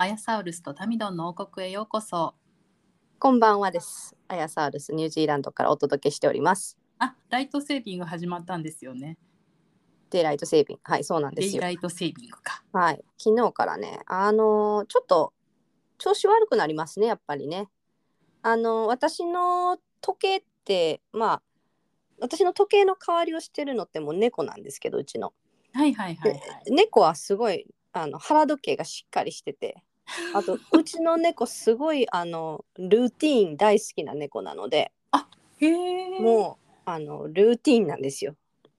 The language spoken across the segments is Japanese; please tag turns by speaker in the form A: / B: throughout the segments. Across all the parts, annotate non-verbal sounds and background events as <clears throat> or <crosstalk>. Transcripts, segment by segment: A: アヤサウルスとタミドンの王国へようこそ
B: こんばんはです。アヤサールスニュージーランドからお届けしております。
A: あライトセービング始まったんですよね
B: デイライトセービング。はい、そうなんで
A: デ
B: す
A: イ
B: よ。
A: ライトセービングか
B: はい、昨日からね、あのーちょっと調子悪くなりますね、やっぱりね。あのー私の時計って、まあ、私の時計の代わりをしてるのってもう猫なんですけど、うちの。
A: はいはいはいはい
B: 猫はすごいあの腹時計がしっかりしてて、
A: <laughs>
B: あと、うちの猫すごいあのルーティーン大好きな猫なので、
A: へえ
B: もうあのルーティーンなんですよ。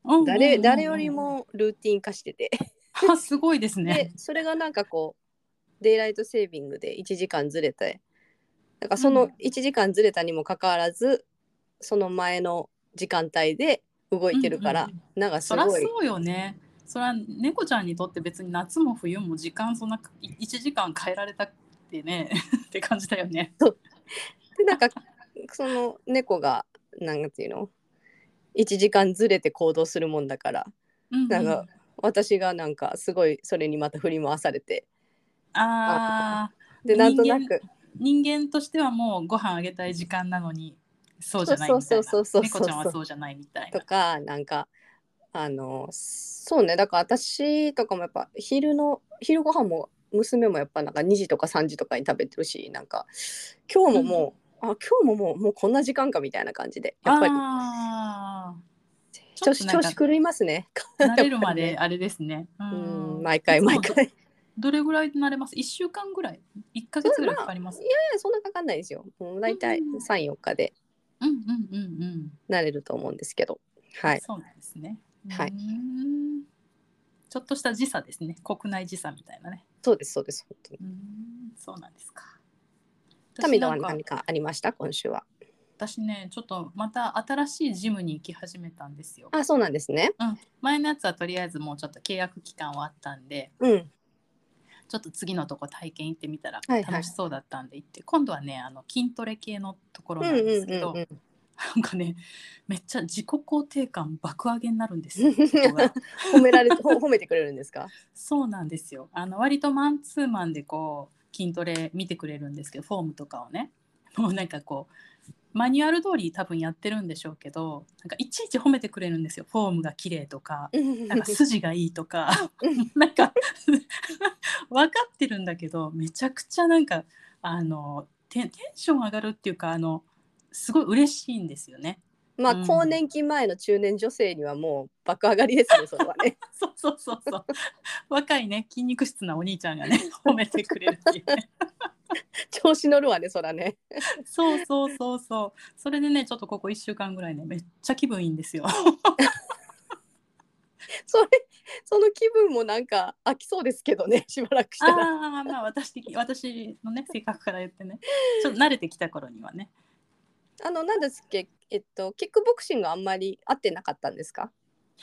A: うんうんうんうん
B: 誰誰よりもルーティン化してて
A: <laughs> あすごいです
B: で
A: ね
B: それがなんかこうデイライトセービングで1時間ずれてだからそ
A: うん
B: の1時間ずれたにもかかわらず、その前の時間帯で動いてるから、
A: うんうんうん
B: なんかす
A: そら
B: ごい
A: そうよねそら猫ちゃんにとって別に夏も冬も時間そんな1時間変えられたってね <laughs> って感じだよね
B: でなんかその猫がなんていうの1時間ずれて行動するもんだから
A: うんうん
B: なんか私がなんかすごいそれにまた振り回されて
A: あー
B: でなんとな
A: 人間
B: く
A: 人間としてはもうご飯あげたい時間なのにそうじゃないみたい
B: そう
A: な
B: そうそうそうそう
A: 猫ちゃんはそうじゃないみたい
B: と
A: な
B: かなんかあのそうねだから私とかもやっぱ昼の昼ご飯も娘もやっぱなんか2時とか3時とかに食べてるしなんか今日ももう、あ今日ももうもうこんな時間かみたいな感じでやっぱり
A: あちょ
B: 調
A: っと
B: 子
A: なん
B: 調
A: か
B: 子狂いますね。
A: ー慣れるま <laughs> であれですねう
B: うんん毎回毎回。い <laughs>
A: どれぐらい慣れます1週間ぐらい1か月ぐらいかかります
B: やそんなかかんないですよ。もう大体
A: うん
B: 34日で
A: うんうんうんうん
B: 慣れると思うんですけど。はい、
A: そうなんですね。
B: はいう
A: ーんちょっとした時差ですね。国内時差みたいなね。
B: そうですそうです本当に。
A: うーん、そうなんですか。
B: タミノは
A: 私なん
B: 何
A: か
B: かありました今週は。
A: 私ね、ちょっとまた新しいジムに行き始めたんですよ。
B: あそうなんですね。
A: うん、前のやつはとりあえずもうちょっと契約期間はあったんで、
B: うん。
A: ちょっと次のとこ体験行ってみたら
B: はいはい
A: 楽しそうだったんで行って、今度はね、あの筋トレ系のところ
B: うん
A: な
B: うん
A: です
B: ん
A: けど、
B: うんうん。
A: なんかね、めっちゃ自己肯定感爆上げになるんです
B: <laughs>
A: よ。そこが
B: 褒められてほ褒めてくれるんですか。
A: そうなんですよ。あの割とマンツーマンでこう筋トレ見てくれるんですけど、フォームとかをね、もうなんかこうマニュアル通り多分やってるんでしょうけど、なんかいちいち褒めてくれるんですよ。フォームが綺麗とか、 <laughs> なんか筋がいいとか、なんか <laughs> 分かってるんだけど、めちゃくちゃなんかあのテンテンション上がるっていうかあのすごい嬉しいんですよね。 <laughs>
B: まあ、
A: うん
B: 更年期前の中年女性にはもう爆上がりですね、それは
A: <laughs>
B: ね。
A: そうそうそう
B: <laughs>
A: そう。若いね筋肉質なお兄ちゃんがね褒めてくれるっていうね。
B: 調子乗るわね、そらね。
A: そうそうそうそう。それでね、ちょっとここ1週間ぐらいね、めっちゃ気分いいんですよ。
B: それ、その気分もなんか飽きそうですけどね、 <laughs> しばらくしたら。
A: ああ、まあ私的、私のね、性格から言ってね、ちょっと慣れてきた頃にはね。
B: あの、なんですっけ、えっと、キックボクシングあんまり合ってなかったんですか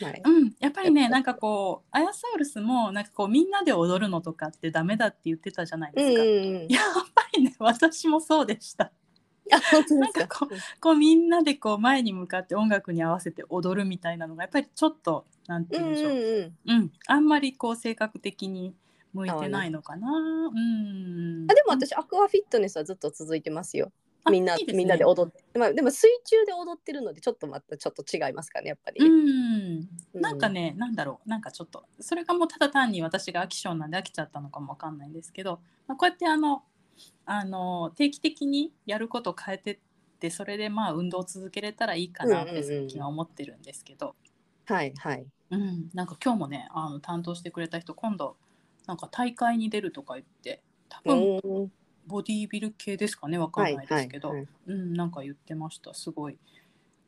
B: 前。
A: うん、やっぱりね、なんかこう、アヤサウルスも、なんかこう、みんなで踊るのとかってダメだって言ってたじゃないで
B: う
A: す
B: んう
A: か。
B: ん
A: い
B: うん。
A: や、やっぱりね、 <laughs> 私もそうでした。
B: あ、本当です
A: なんか
B: か
A: こ。こう、みんなでこう、前に向かって音楽に合わせて踊るみたいなのが、やっぱりちょっと、なんて
B: う
A: 言うん
B: ん
A: でし
B: う
A: ょう。
B: ん
A: う
B: うん。
A: ん、あんまりこう性格的に向いてないのかな。うん。
B: あ、でも私、アクアフィットネスはずっと続いてますよ。
A: あ
B: みんない
A: いすね
B: みんなで踊って、まあ、でも水中で踊ってるので、ちょっとまたちょっと違いますかね、やっぱり。
A: うん。
B: うん
A: なんかね、なんだろう、なんかちょっと、それがもうただ単に私が飽き性なんで飽きちゃったのかもわかんないんですけど、まあ、こうやってあの、あの定期的にやることを変えてって、それでまあ運動を続けれたらいいかなっ
B: うん
A: て
B: うんうん
A: 最近は思ってるんですけど、
B: はいはい。
A: うん、なんか今日もね、あの担当してくれた人、今度、なんか大会に出るとか言って、多分
B: おー
A: ボディービル系ですかね、わかんないですけど、うん、なんか言ってました。すごい。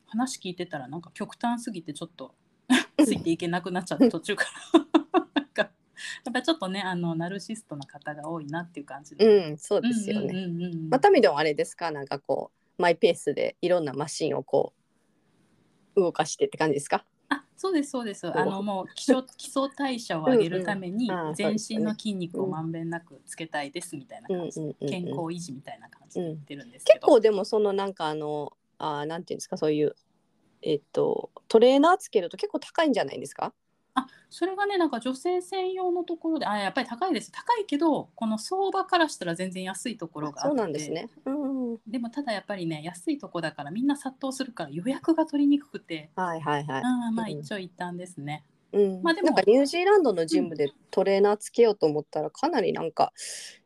A: 話聞いてた
B: <laughs>
A: ら、なんか極端すぎて、ちょっとついていけなくなっちゃった途中から。なんかやっぱちょっとねあのナルシストな方が多いなっていう感じで
B: うん、そうですよね。
A: うんうんうんうん
B: またみでもあれですかなんかこうマイペースでいろんなマシンをこう動かしてって感じですか
A: あそうですそうですあのもう基
B: <laughs>
A: 礎基礎代謝を上げるために
B: うんうんあー
A: 全身の筋肉をまんべんなくつけたいですみたいな
B: うんう
A: 感
B: ん
A: じ
B: うんうん
A: 健康維持みたいな感じで言ってるんですけ
B: 結
A: ど、
B: 構でもそのなんかあのあーなんていうんですかそういうえっとトレーナーつけると結構高いんじゃないですか
A: あそれがねなんか女性専用のところであやっぱり高いです高いけどこの相場からしたら全然安いところがあって
B: そうなんですね。うん、はい
A: でもただやっぱりね安いとこだからみんな殺到するから予約が取りにくくて
B: はいはい。
A: あーまあ
B: うん
A: 一長一短ですね、
B: うん
A: まあでも
B: なんかニュージーランドのジムでトレーナーつけようと思ったらかなりなんか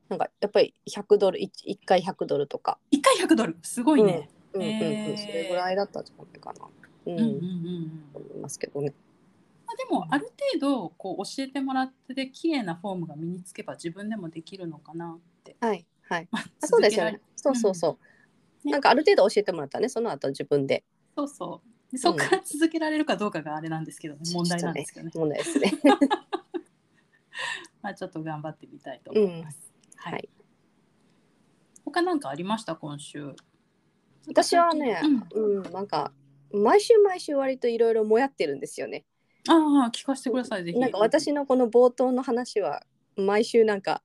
B: なんかやっぱり100ドル 1, 回100ドルとか、
A: 一回100ドルすごいね、
B: うんうんうん
A: へー
B: それぐらいだったんじゃないかな、うん
A: うん、うんうんうん
B: 思いますけどね。
A: まあ、でもある程度こう教えてもらってで綺麗なフォームが身につけば自分でもできるのかなって、
B: はいはい。
A: まあ
B: あそうで
A: 続け
B: すよ
A: られ
B: ね。そうそうそう。
A: うんね
B: なんかある程度教えてもらったらねその後自分 <laughs> で
A: そうそうでそこから続けられるかどうかがあれなんですけど、ね問題なんですけどね
B: 問題ですね。
A: まあ、ちょっと頑張ってみたいと思います、はい、
B: はい
A: 他なんかありました今週
B: 私はね、うん、なんか毎週毎週割といろいろもやってるんですよね。
A: ああ聞かせてくださいぜひ
B: なんか私のこの冒頭の話は毎週なんか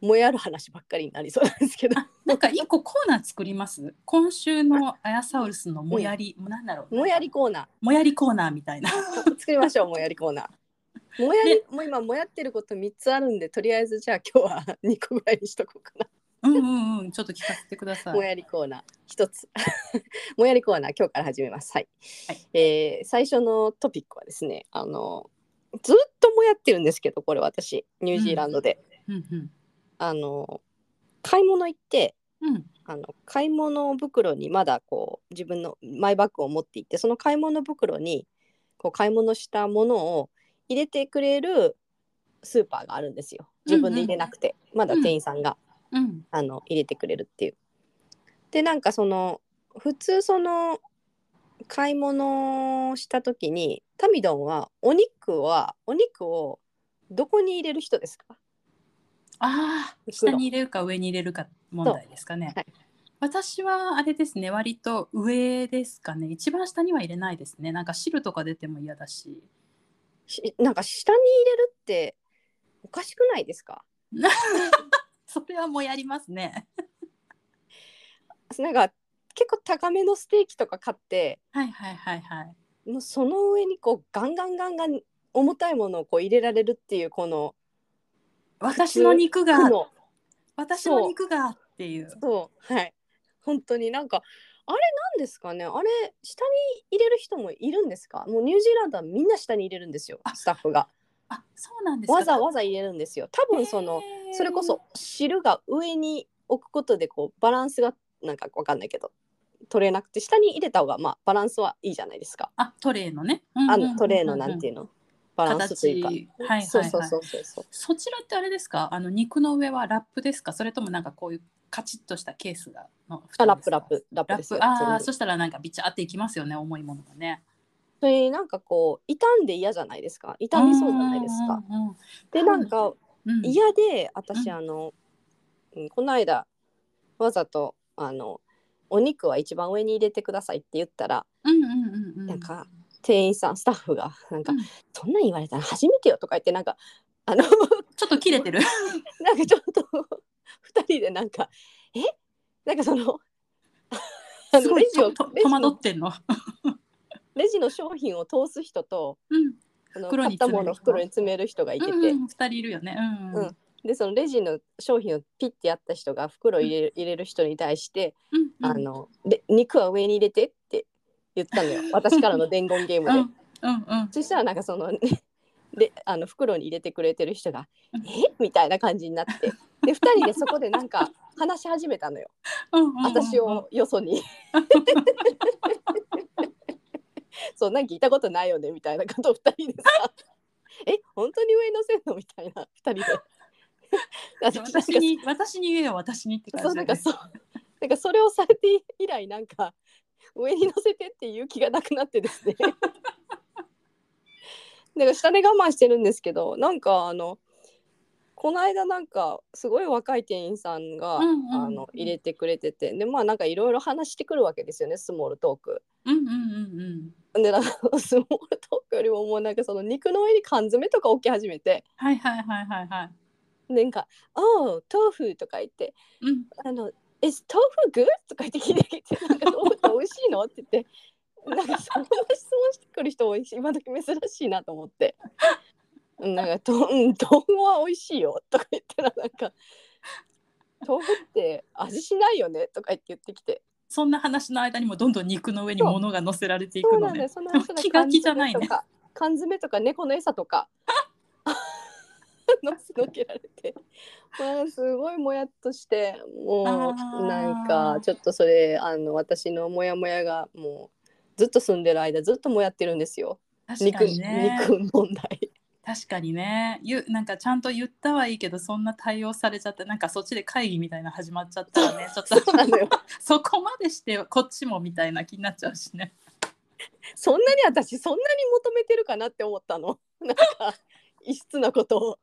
B: もやる話ばっかりになりそうなんですけど、
A: あなんか一個コーナー作ります今週のアヤサウルスのもやり、もうなんだろう
B: <laughs> もやりコーナ
A: もやりコーナーみたいな
B: ー作りましょうもやりコーナー。もやり、もう今もやってること3つあるんでとりあえずじゃあ今日は2個ぐらいにしとこうかな。
A: うんうんうんちょっと聞かせてください
B: もやりコーナー1つ <laughs> もやりコーナー今日から始めます。はい。
A: はい
B: えー最初のトピックはですねあのずっともやってるんですけどこれ私ニュージーランドで。
A: うんうん
B: あの買い物行って
A: うん
B: あの買い物袋にまだこう自分のマイバッグを持って行ってその買い物袋にこう買い物したものを入れてくれるスーパーがあるんですよ自分で入れなくて、まだ店員さんが、
A: うん
B: あの入れてくれるっていう。でなんかその普通その買い物をした時にタミドンはお肉はお肉をどこに入れる人ですか
A: ああ、下
B: 袋
A: に入れるか上に入れるか問題ですかね。
B: そうはい
A: 私はあれですね、割と上ですかね。一番下には入れないですね。なんか汁とか出ても嫌だし。
B: しなんか下に入れるっておかしくないですか
A: それはもうやりますね。
B: なんか結構高めのステーキとか買って
A: はいはいはいはい。
B: もうその上にこうガンガンガンガン重たいものをこう入れられるっていうこの
A: 私の肉が、
B: 負の
A: 私の肉がっていう。
B: そうはい本当になんかあれなんですかねあれ下に入れる人もいるんですかもうニュージーランドはみんな下に入れるんですよスタッフが
A: あ、そうなんですか。
B: わざわざ入れるんですよ多分そ
A: へ
B: の、
A: ー
B: それこそ。汁が上に置くことでこうバランスがなんかわかんないけど取れなくて下に入れた方がまあバランスはいいじゃないですか。
A: あ、トレイのね。
B: あのトレーのなんて
A: いう
B: いうのバランスというか。
A: 形はいはいはい
B: そうそうそうそうそう。
A: そちらってあれですかあの肉の上はラップですかそれともなんかこういうカチッとしたケースがの布
B: あ
A: 団
B: ラ
A: で
B: ッ
A: す
B: プ
A: か
B: ラップラップ
A: ラ
B: で
A: ッ
B: す
A: プ
B: よ。
A: ああ
B: そ
A: そしたらなんかビチャっていきますよね重いものがね
B: それなんかこう傷んで嫌じゃないですか。傷みそうじゃないですか。
A: うんうん
B: でなんか
A: うんうん
B: 嫌で私
A: うん
B: あの、うん、この間わざとあのお肉は一番上に入れてくださいって言ったら
A: うんうんうんうん
B: なんか店員さんスタッフがなんか、
A: うん
B: そんなん言われたら初めてよとか言ってなんかあの <laughs>
A: ちょっと切れてる
B: なんかちょっと二人でなんかえなんかその <laughs> あ
A: す
B: の
A: ごい
B: レ
A: ち
B: ジ
A: ょ
B: を
A: っと
B: レ
A: 戸
B: ジ
A: 惑
B: の
A: ってんの、
B: レジの商品を通す人と
A: うん、
B: あの
A: 袋
B: 買
A: に
B: った
A: 詰め
B: もの
A: る
B: を
A: 人
B: 袋に詰める人がいてて、
A: うんうん、2人いるよねうんうん
B: うんでそのレジの商品をピッてやった人が袋を入れる入れる人に対して、
A: うんうん
B: あので肉は上に入れてって言っ
A: <laughs>
B: たのよ私からの伝言ゲーム
A: う
B: で。
A: んうんうん
B: そしたらなんかそのであの袋に入れてくれてる人が
A: う
B: 「
A: ん
B: えみたいな感じになってで2人でそこでな
A: <laughs>
B: んか話し始めたのよ
A: うんうん
B: 私をよそに。 <laughs> そうなんか聞いたことないよねみたいなことを2人
A: <laughs>
B: でさ「え本当に上に乗せるの?」みたいな2人で。
A: <laughs>
B: <laughs>
A: 私に私に言えよ私にって
B: そ
A: 感
B: う
A: じ
B: なん
A: で
B: かそうなんかそれをされて以来なんか <laughs> 上に乗せてっていう気がなくなってですねなんか下で我慢してるんですけどなんかあのこの間なんかすごい若い店員さんが、
A: うんうんうん
B: あの入れてくれててでまあなんかいろいろ話してくるわけですよねスモールトーク。
A: うんうんうんうん。
B: でなんか <laughs> スモールトークよりももうなんかその肉の上に缶詰とか置き始めて
A: はいはいはいはいはい。
B: なんか「おう豆腐」とか言って
A: うん。
B: あの「Is 豆腐 good?」とか言って聞いてきて「なんか豆腐って美味しいの?」って言ってなんかそんな質問してくる人多いし今時珍しいなと思って「なんかとうん豆腐は美味しいよ」とか言ったらなんか「豆腐って味しないよね」とか言って言ってきて
A: そんな話の間にもどんどん肉の上に物が乗せられてい
B: そ
A: く
B: う
A: の
B: なんだ
A: ね
B: よ。そんな話
A: 気が気じゃないね
B: 缶詰とか猫の餌と
A: <laughs>
B: かのすのけられて、まあ、すごいもやっとしても
A: あ
B: う
A: ー
B: なんかちょっとそれあの私のモヤモヤがもうずっと住んでる間ずっともやってるんですよ
A: 確か
B: 肉
A: にね。
B: 肉問題
A: 確かにね。ゆなんかちゃんと言ったはいいけどそんな対応されちゃってなんかそっちで会議みたいな始まっちゃったらねちょっと
B: そうなのよ
A: <laughs> そこまでしてこっちもみたいな気になっちゃうしね。
B: そんなに私そんなに求めてるかなって思ったのなんか異質なことを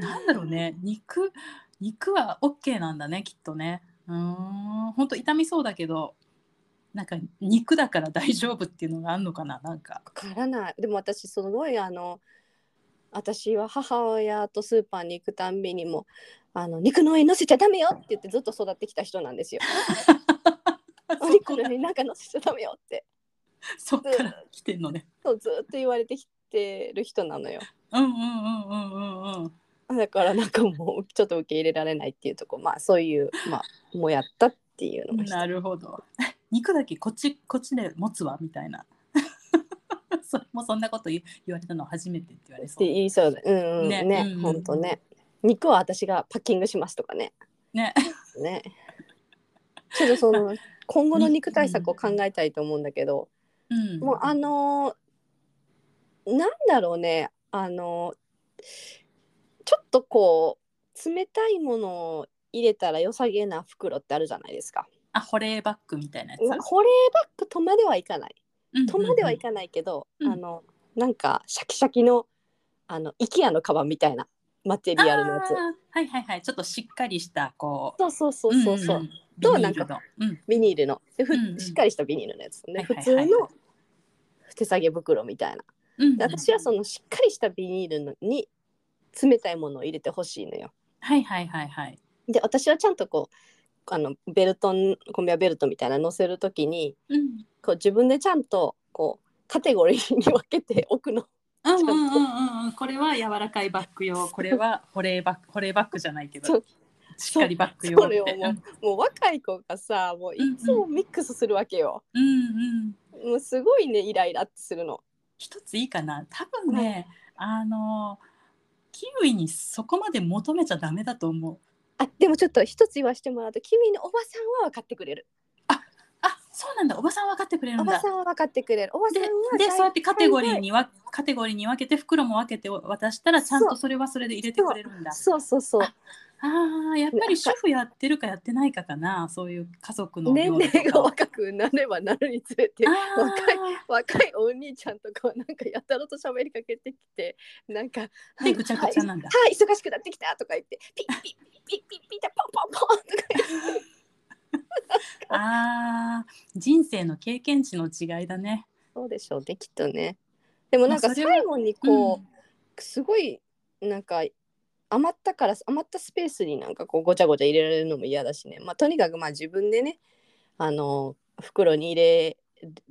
A: なんだろうね肉肉は OK なんだねきっとね。うーん本当痛みそうだけどなんか肉だから大丈夫っていうのがあるのかななんか。
B: わからないでも私すごいあの私は母親とスーパーに行くたんびにもあの肉の上に乗せちゃダメよって言ってずっと育ってきた人なん <laughs> ですよ。
A: <laughs>
B: お肉の上になんか乗せちゃダメよって
A: そっから来てんのね。
B: そうずっと言われてきてる人なのよ。
A: うんうんうんうんうんうん。
B: だからなんかもうちょっと受け入れられないっていうとこまあそういうまあもやったっていうのが一つ
A: なるほど。 <laughs> 肉だけこっちこっちで持つわみたいな。 <laughs> それもそんなこと言言われたの初めてって言われ
B: っ
A: そ
B: て
A: う。
B: 言いそうだうんうん
A: ね
B: ね
A: うん
B: ほんとね肉は私がパッキングしますとかね
A: ね。
B: ねちょっと
A: <laughs>
B: その今後の肉対策を考えたいと思うんだけど、
A: うん。
B: もうあのーなんだろうねあのーちょっとこう冷たいものを入れたら良さげな袋ってあるじゃないですか。
A: あ保冷バッグみたいなやつ。
B: まあ保冷バッグとまではいかない
A: うんうんうん
B: とまではいかないけど、
A: うん
B: あのなんかシャキシャキのあの IKEA のカバンみたいなマテリアルのやつ
A: あー。はいはいはい。ちょっとしっかりしたこう。
B: そうそうそうそうそう、
A: んんん
B: と
A: ビニール
B: な
A: のうん。
B: ビニールのでふ
A: うんうん
B: しっかりしたビニールのやつね、
A: はいはい
B: 普
A: はい
B: 通の手提げ袋みたいな。
A: うんう
B: で
A: ん。
B: 私はそのしっかりしたビニールのに冷たいものを入れてほしいのよ。
A: はいはいはいはい。
B: で私はちゃんとこうあのベルトンコンビアベルトみたいなの乗せるときに
A: うん。
B: こう自分でちゃんとこうカテゴリーに分けておくの。
A: うんうんうんうんうん。これは柔らかいバッグ用、これは保冷バッグ保冷バッグじゃないけ
B: そ
A: ど
B: う、
A: しっかりバッグ用
B: そ
A: って
B: れを。もうもう若い子がさもういつもミックスするわけよ。
A: うんうん。
B: もうすごいねイライラってするの。
A: 一ついいかな多分ね、あのキウイにそこまで求めちゃダメだと思う
B: あでもちょっと一つ言わせてもらうと君のおばさんは分かってくれる。
A: あそうなんだおばさん分かってくれる
B: お
A: んだ
B: ばさんは分かってくれる。おばさ
A: で
B: んは
A: で
B: 大
A: そうやってカテゴリー
B: 大
A: にわカテゴリーに分けて袋も分けて渡したらちゃん
B: そ
A: とそれはそれで入れてくれるんだ
B: 体そうそうそう。
A: あーやっぱり主婦やってるかやってないかかなそういう家族の
B: 年
A: 料理
B: 齢が
A: とか
B: 若くなればなるにつれて
A: あ
B: 若いお兄ちゃんとかはなんかやたらと喋りかけてきてなんか
A: ーでぐちゃぐちゃなんだ
B: はい、はい忙しくなってきたとか言ってピッピッピッピッピッピッタポンポンポンとか言って
A: あー人生の経験値の違いだね
B: そうでしょうねきっとねでもなん
A: ま
B: か
A: あそれは
B: 最後にこう、すごいなんか余ったから余ったスペースになんかこうごちゃごちゃ入れられるのも嫌だしね、まあ、とにかくまあ自分でねあの袋に入れ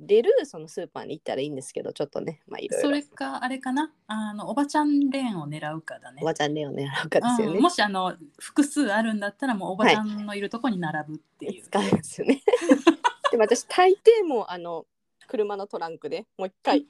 B: れるそのスーパーに行ったらいいんですけどちょっとねまあいろいろ
A: それかあれかなあのおばちゃんレーンを狙うかだね
B: おばちゃんレオネなんかですよね。
A: うん、もしあの複数あるんだったらもうおばちゃんのいるとこに並ぶっていう、
B: 使うんですよね。 <laughs> でも私大抵もうあの車のトランクでもう一回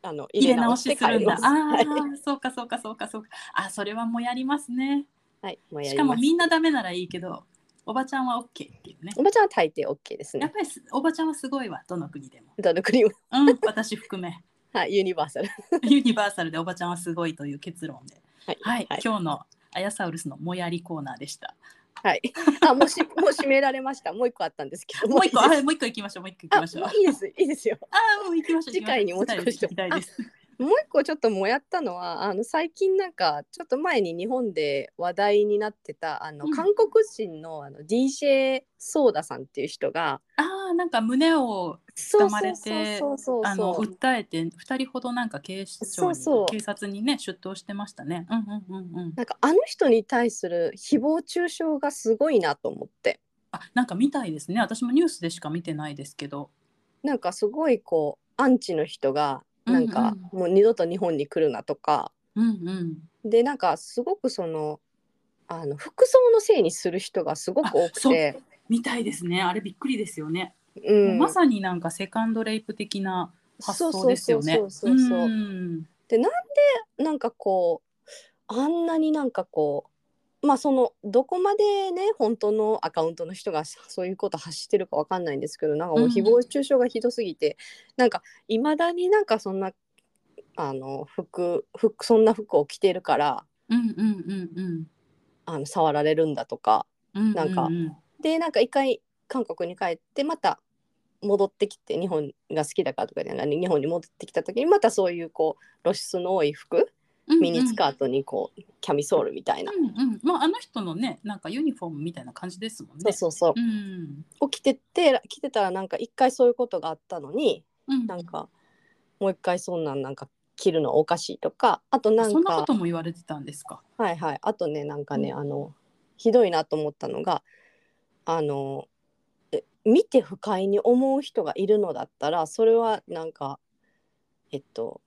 B: あの
A: 入れ直しするんだああ
B: はい、
A: ーそうかそうかそうかそうかあそれはもうやりますね
B: はい、もうや
A: し
B: り
A: かも
B: ます。
A: みんなダメならいいけどおばちゃんは OK っていうね
B: おばちゃんは大抵 OK です
A: やっ
B: ね。
A: ぱりすおばちゃんはすごいわどの国でも
B: どのクリーム
A: うん私含め <laughs>
B: <laughs> はいユニバーサル。
A: ユニバーサルでおばちゃんはすごいという結論で
B: はい
A: はい、
B: はい
A: 今日のアヤサウルスのもやりコーナーでした
B: はい。あ、もうし、
A: <laughs>
B: もう閉められました。もう一個あったんですけど。
A: もう一個、
B: いいです
A: あもう一個行きましょう、もう一個行
B: あ、
A: きましょう。
B: も
A: あ
B: ういいです。いいですよ。
A: ー、もう行きましょう。
B: 次回に持ち越して
A: 行きたいです。行きたいです
B: もう一個ちょっともやったのは、あの最近なんかちょっと前に日本で話題になってたあの、
A: うん
B: 韓国人のあの DJ ソーダさんっていう人が、
A: ああ、なんか胸を
B: そう
A: ま
B: そう
A: れ
B: そう
A: て
B: そうそう
A: あの
B: そう
A: 訴えて二人ほどなんか警視庁に
B: そうそう
A: 警察にね出頭してましたね。うんうんうんうん。
B: なんかあの人に対する誹謗中傷がすごいなと思って
A: あなんか見たいですね。私もニュースでしか見てないですけど。
B: なんかすごいこうアンチの人がなんか
A: うん
B: もう二度と日本に来るなとか、
A: うんうん。
B: でなんかすごくそのあの服装のせいにする人がすごく多くて。
A: 見たいですね。あれびっくりですよね。
B: う
A: もうまさになんかセカンドレイプ的な発想ですよね。
B: そうそうそうそうそう
A: うん
B: でなんでなんかこうあんなになんかこうまあそのどこまでね本当のアカウントの人がそういうこと発してるかわかんないんですけどなんかもう
A: うん
B: 誹謗中傷がひどすぎて、なんかいまだになんかそんなあの服服そんな服を着てるから
A: うんうんうんうん
B: あの触られるんだとか
A: うんうん。
B: なんか
A: うん
B: でなんか一回韓国に帰ってまた戻ってきて日本が好きだからとかでなんか日本に戻ってきた時にまたそういうこう露出の多い服
A: うん
B: ミニスカートにこうキャミソールみたいな、
A: うんうん。まああの人のねなんかユニフォームみたいな感じですもんね。
B: そうそう
A: う
B: そう、
A: ん
B: を着てって着てたらなんか一回そういうことがあったのに
A: うん。
B: なんかもう一回そんなんなんか着るのおかしいとかあとなん
A: そんなこ
B: か
A: とも言われてたんですか。
B: はいはいあとねなんかね、
A: う
B: あのひどいなと思ったのがあのえ見て不快に思う人がいるのだったらそれはなんかえっと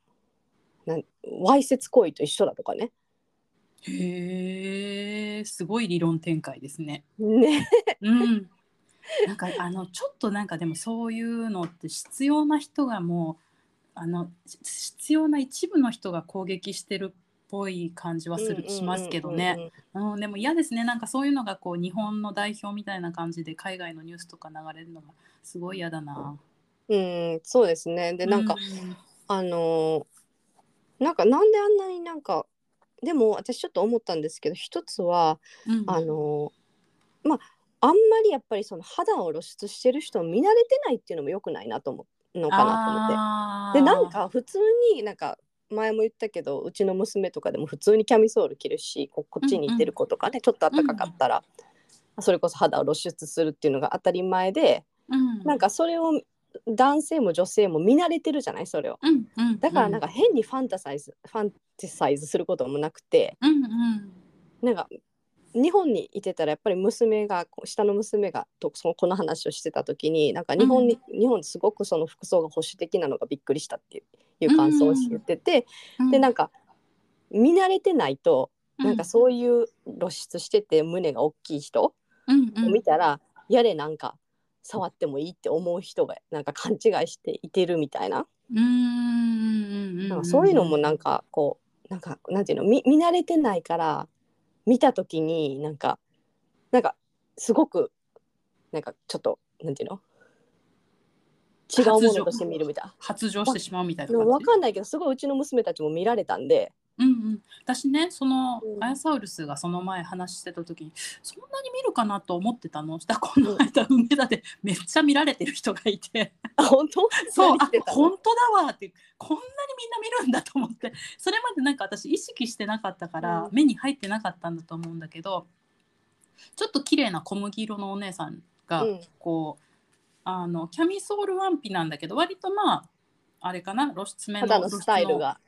B: なんわいせつ行為と一緒だとかね。
A: へえすごい理論展開ですね。
B: ね
A: うん、なんかあのちょっとなんかでもそういうのって必要な人がもうあのし必要な一部の人が攻撃してるっぽい感じはするしますけどね。。うん、でも嫌ですねなんかそういうのがこう日本の代表みたいな感じで海外のニュースとか流れるのがすごい嫌だな。
B: うんそうですね。でなんか、あのーなんかなんであんなになんかでも私ちょっと思ったんですけど一つは
A: うん、うん
B: あのーまああんまりやっぱりその肌を露出してる人を見慣れてないっていうのも良くないなと思うのかなと思っ
A: あー
B: てでなんか普通になんか前も言ったけどうちの娘とかでも普通にキャミソール着るしここっちに行ってる子とかね、ちょっと暖かかったら、それこそ肌を露出するっていうのが当たり前で
A: うん
B: なんかそれを男性も女性も見慣れてるじゃないそれを。
A: うんうん
B: だからなんか変にファンタサイズ、ファンタサイズすることもなくて
A: うんうん
B: なんか日本にいてたらやっぱり娘がこう下の娘がとそのこの話をしてた時になんか日本に、日本すごくその服装が保守的なのがびっくりしたっていういう感想を言ってて、
A: うん
B: でなんか見慣れてないと、
A: うん
B: なんかそういう露出してて胸が大きい人
A: うんう
B: を
A: ん
B: 見たら、やれなんか触ってもいいって思う人がなんか勘違いしていてるみたいな。
A: うーん
B: なんかそういうのも
A: ん
B: なんかこうなんかなんていうの見見慣れてないから見た時になんかなんかすごくなんかちょっとなんていうの違うものとして見るみたい
A: 発情してしまうみたいな
B: な。
A: 感
B: わ
A: じ。
B: かんないけどすごいうちの娘たちも見られたんで <laughs>
A: うんうん、私ねその、
B: うん
A: アヤサウルスがその前話してた時にそんなに見るかなと思ってたのしたらこの間梅田でめっちゃ見られてる人がい
B: <laughs>
A: て
B: あ本当
A: そう
B: 何
A: あ
B: してたの
A: 本当だわってこんなにみんな見るんだと思ってそれまでなんか私意識してなかったから、
B: うん
A: 目に入ってなかったんだと思うんだけどちょっと綺麗な小麦色のお姉さんが、
B: うん
A: こうあのキャミソールワンピなんだけど割とまああれかな露出目の
B: 肌のスタイルが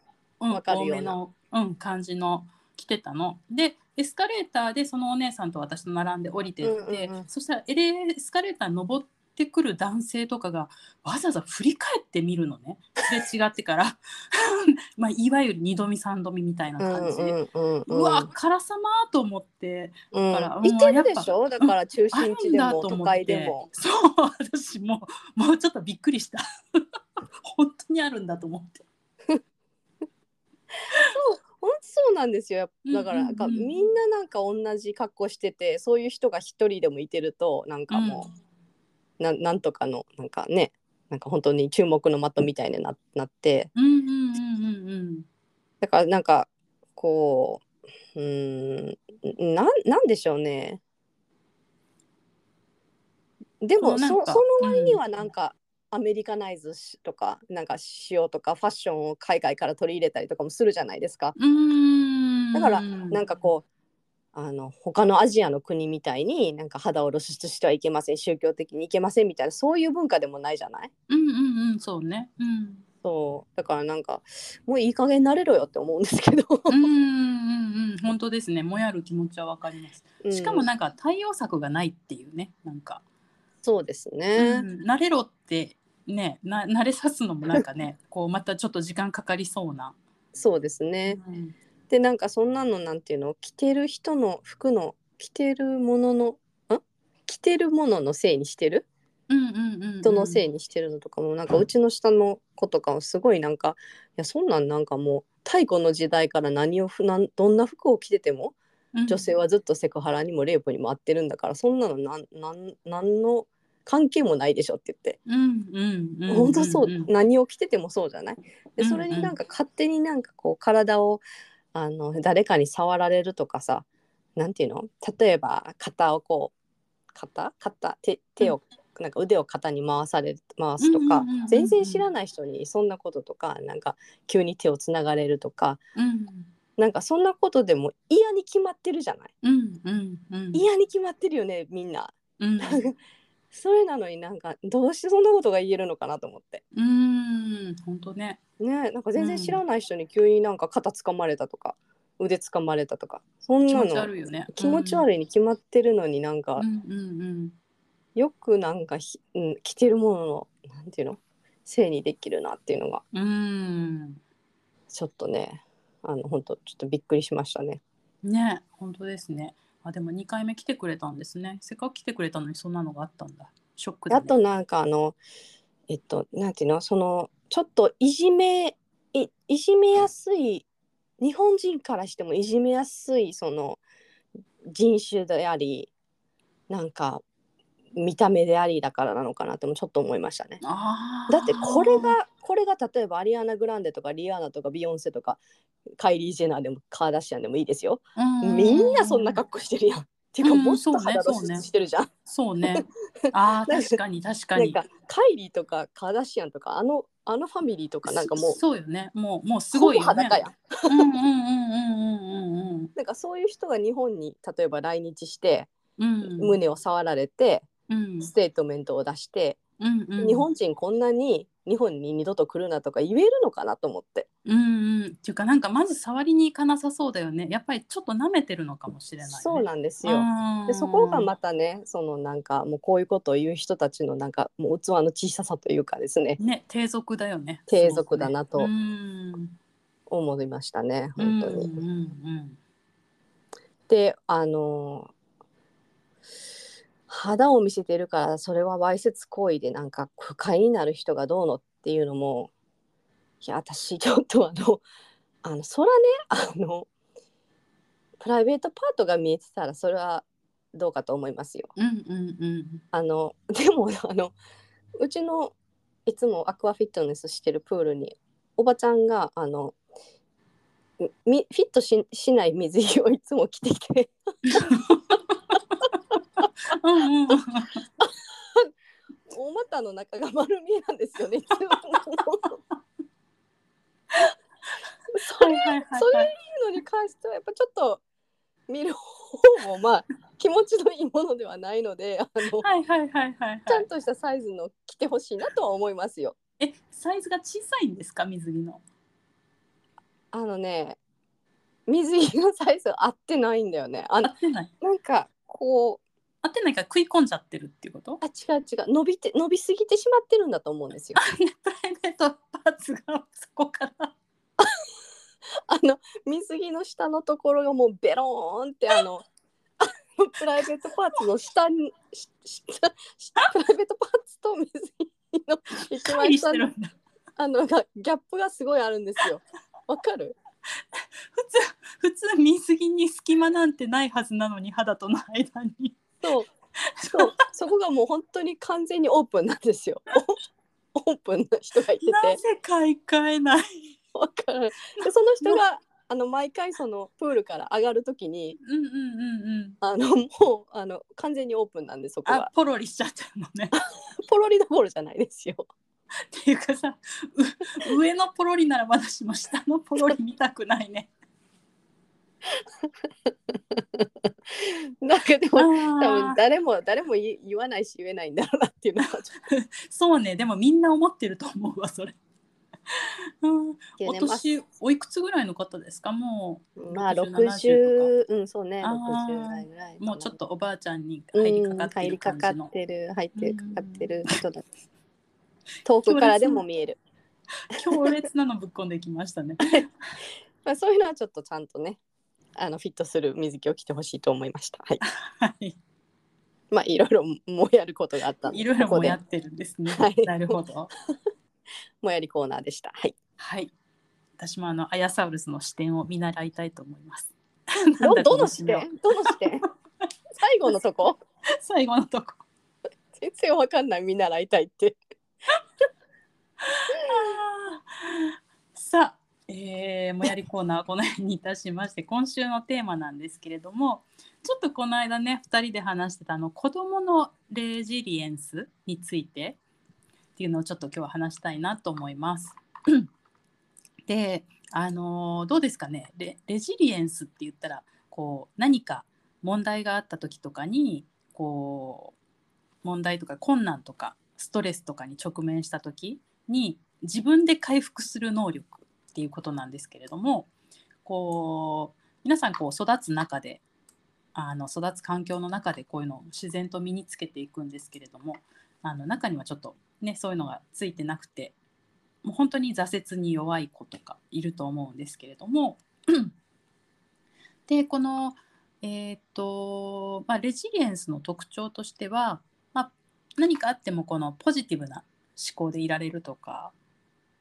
A: 露出の
B: わかるような
A: うん、多めの、うん、感じの着てたの。でエスカレーターでそのお姉さんと私と並んで降りてって、
B: うんうんうん
A: そしたらエレエスカレーター登ってくる男性とかがわざわざ振り返ってみるのねすれ違ってから <laughs> まあいわゆる二度見三度見みたいな
B: うん
A: 感じで、う
B: うんうん
A: わあからさまと思って
B: うん
A: だから
B: いてるでし
A: も
B: ょだから中
A: ある
B: 心地
A: ん
B: で
A: だ
B: も
A: と
B: 都
A: 思っ
B: 会で
A: て
B: も。
A: そう私もうもうちょっとびっくりした <laughs> 本当にあるんだと思って
B: ほんとそうなんですよだからなんか、
A: うんうんうん
B: みんななんか同じ格好しててそういう人が一人でもいてるとなんかもう、なん、なんとかのなんかねなんか本当に注目の的みたいにななって
A: うんうんうんうんうん
B: だからなんかこううーんなんなんでしょうねで
A: そ
B: も
A: う
B: そ
A: なん
B: そ
A: か
B: の割にはなんか、アメリカナイズしとかなんかしようとかファッションを海外から取り入れたりとかもするじゃないですか。
A: うーん
B: だからなんかこうあの他のアジアの国みたいになんか肌を露出してはいけません宗教的にいけませんみたいなそういう文化でもないじゃない
A: うんうんうんそうねうん
B: そうだからなんかもういい加減になれろよって思うんですけど、
A: うんうんうんうん本当ですねもやる気持ちはわかります
B: うん
A: しかもなんか対応策がないっていうねなんか、
B: そうです
A: う
B: ね、
A: ん、慣れろってねな慣れさすのもなんかね <laughs> こうまたちょっと時間かかりそうな、
B: そうですね、
A: うん
B: でなんかそんなのなんていうの着てる人の服の着てるもののん着てるもののせいにしてる
A: うんうんうんうん、
B: 人のせ
A: い
B: いにしてるのとかもなんかうちの下の子とかもすごいなんかいやそんなんなんかもう太古の時代から何をふなんどんな服を着てても女性はずっとセクハラにもレイプにも合ってるんだからそんなのなんなんなんの関係もないでしょって言って
A: うんうんうんうん
B: 本当そう、
A: うん
B: 何を着ててもそうじゃない
A: うんう
B: で
A: ん
B: それになんか勝手になんかこう体をあの誰かに触られるとかさなんていうの例えば肩をこう肩肩手手を、なんか腕を肩に回され回すとか、
A: うんうんうんうんうん
B: 全然知らない人にそんなこととかなんか急に手をつながれるとか
A: うん
B: なんかそんなことでも嫌に決まってるじゃない
A: うんうんうん
B: 嫌に決まってるよねみんな。
A: うん
B: それなのになんかどうしてそんなことが言えるのかなと思って。
A: うん本当ね
B: ねなんか全然
A: うん
B: 知らない人に急になんか肩つかまれたとか、腕つかまれたとかそん
A: 気
B: な
A: 持
B: の
A: ち悪いよね
B: 気持ち悪いに決まってるのになんか、
A: うんうんうん
B: よくなんかひ、うん、着てるもののなんていうのせいにできるなっていうのが
A: うん
B: ちょっとねあの本当ちょっとびっくりしましたね。
A: うんね本当ですねあでも二回目来てくれたんですねせっかく来てくれたのにそんなのがあったんだショックだ、
B: あ
A: ね、
B: となんかあのえっとなんていうのそのちょっといじめいいじめやすい日本人からしてもいじめやすいその人種でありなんか見た目でありだからなのかなってもちょっと思いましたね。
A: あー
B: だってこれがこれが例えばアリアナ・グランデとかリアーナとかビヨンセとかカイリー・ジェナーでもカーダシアンでもいいですよ。
A: う
B: みんなそんな格好してるやん。っていうか
A: うん
B: もっ
A: そう
B: と
A: ね
B: 肌露
A: そうね
B: 出してるじゃん。
A: そう
B: <laughs>
A: ねあー
B: なんか
A: 確かに確か
B: なん
A: に
B: かカイリーとかカーダシアンとかあのあのファミリーとかなんかもう
A: そそうよねもうもうすごいよね
B: ほぼ裸やん
A: うんうんうんうんうん
B: なんかそういう人が日本に例えば来日して、
A: うんうん
B: 胸を触られて
A: うん
B: ステートメントを出して、
A: うんうん
B: 日本人こんなに日本に二度と来るなとか言えるのかなと思って
A: うんうんっていうかなんかまず触りに行かなさそうだよねやっぱりちょっと舐めてるのかもしれない、ね、
B: そうなんです
A: う
B: よ。
A: ん
B: でそこがまたねそのなんかもうこういうことを言う人たちのなんかもう器の小ささというかですね
A: ね低俗だよね
B: 低俗だなと
A: うん
B: 思いましたね本当に。
A: うんうん
B: であの肌を見せてるからそれはわいせつ行為でなんか不快になる人がどうのっていうのもいや私ちょっとあのあのそらねあのプライベートパートが見えてたらそれはどうかと思いますよ。
A: うんうんうんうん
B: あのでもあのうちのいつもアクアフィットネスしてるプールにおばちゃんがあのみフィットししない水着をいつも着てきて。
A: うんうんうん
B: 大股の中が丸見えなんで
A: <laughs>
B: すよね。いつもそ
A: は
B: うい
A: いはいはいうはい
B: のに関してはやっぱちょっと見る方もまあ気持ちのいいものではないのであの
A: はいはいはいはい
B: ちゃ
A: はい
B: んとしたサイズの着てほしいなとは思いますよ。
A: えサイズが小さいんですか水着の
B: あのね水着のサイズ合ってないんだよね。あ
A: 合
B: の
A: ってない
B: なんかこう
A: 合ってないから食い込んじゃってるっていうこと
B: あ違う違う伸びて伸びすぎてしまってるんだと思うんですよ。
A: プライベートパーツがそこから
B: あの水着の下のところがもうベローンってあのあのプライベートパーツの下にし下下プライベートパーツと水着の一
A: 管
B: 番
A: 理し
B: 下
A: て
B: の
A: るんだ
B: あのがギャップがすごいあるんですよ。わかる
A: 普通普通水着に隙間なんてないはずなのに肌との間に
B: そうそうそこがもう本当に完全にオープンなんですよ。オオープンな人がいてて
A: なぜ買い替えない
B: わかるでその人があの毎回そのプールから上がるときに
A: うんうんうんうん。
B: あのもうあの完全にオープンなんでそこ
A: あ
B: は
A: ポロリしちゃったのね。
B: ポロリどころじゃないですよ
A: っていうかさう上のポロリならまだしも下のポロリ見たくないね。
B: な
A: <laughs>
B: んかで
A: あ
B: も多分
A: ー
B: 誰も誰も言言わないし言えないんだろうなっていうのはちょっと
A: そうねでもみんな思ってると思うわそれ。 <laughs> うん、お
B: ねまあ
A: 年おいくつぐらいの方ですかも
B: まあ
A: 60
B: 60うんそうね
A: あー
B: 60代ぐらいか
A: う
B: な
A: もうちょっとおばあちゃんに
B: うん
A: 入りかかって
B: 入
A: る
B: りか
A: 感
B: か
A: じの
B: っ。てる入ってかかってる人だ遠くからでも見える、
A: 強烈なのぶっこんできましたね。 <laughs>
B: まあ、そういうのはちょっとちゃんとねあのフィットする水着を着てほしいと思いました
A: <laughs>
B: はい
A: はい、
B: まあいろいろもやることがあったので
A: いろいろ
B: ここ
A: も
B: で
A: やってるんですね。
B: はい
A: なるほど。
B: もやりコーナーでしたはい
A: はい。私もあのアヤサウルスの視点を見習いたいと思い <laughs> ます。なん
B: ど
A: だ
B: ど
A: こ
B: の視
A: 締めは
B: 点どの視点 <laughs> 最後のとこ <laughs>
A: 最後のとこ。
B: 全然わかんない見習いたいって
A: さあ、えー、もやりコーナーはこの辺にいたしまして今週のテーマなんですけれどもちょっとこの間ね2人で話してたあの子どものレジリエンスについてっていうのをちょっと今日は話したいなと思います。 <clears throat> であのーどうですかねレレジリエンスって言ったらこう何か問題があった時とかにこう問題とか困難とかストレスとかに直面した時に自分で回復する能力っていうことなんですけれどもこう皆さんこう育つ中であの育つ環境の中でこういうのを自然と身につけていくんですけれどもあの中にはちょっとねそういうのがついてなくてもう本当に挫折に弱い子とかいると思うんですけれども <clears throat> でこのえーっとまあ、レジリエンスの特徴としては、まあ、何かあってもこのポジティブな思考でいられるとか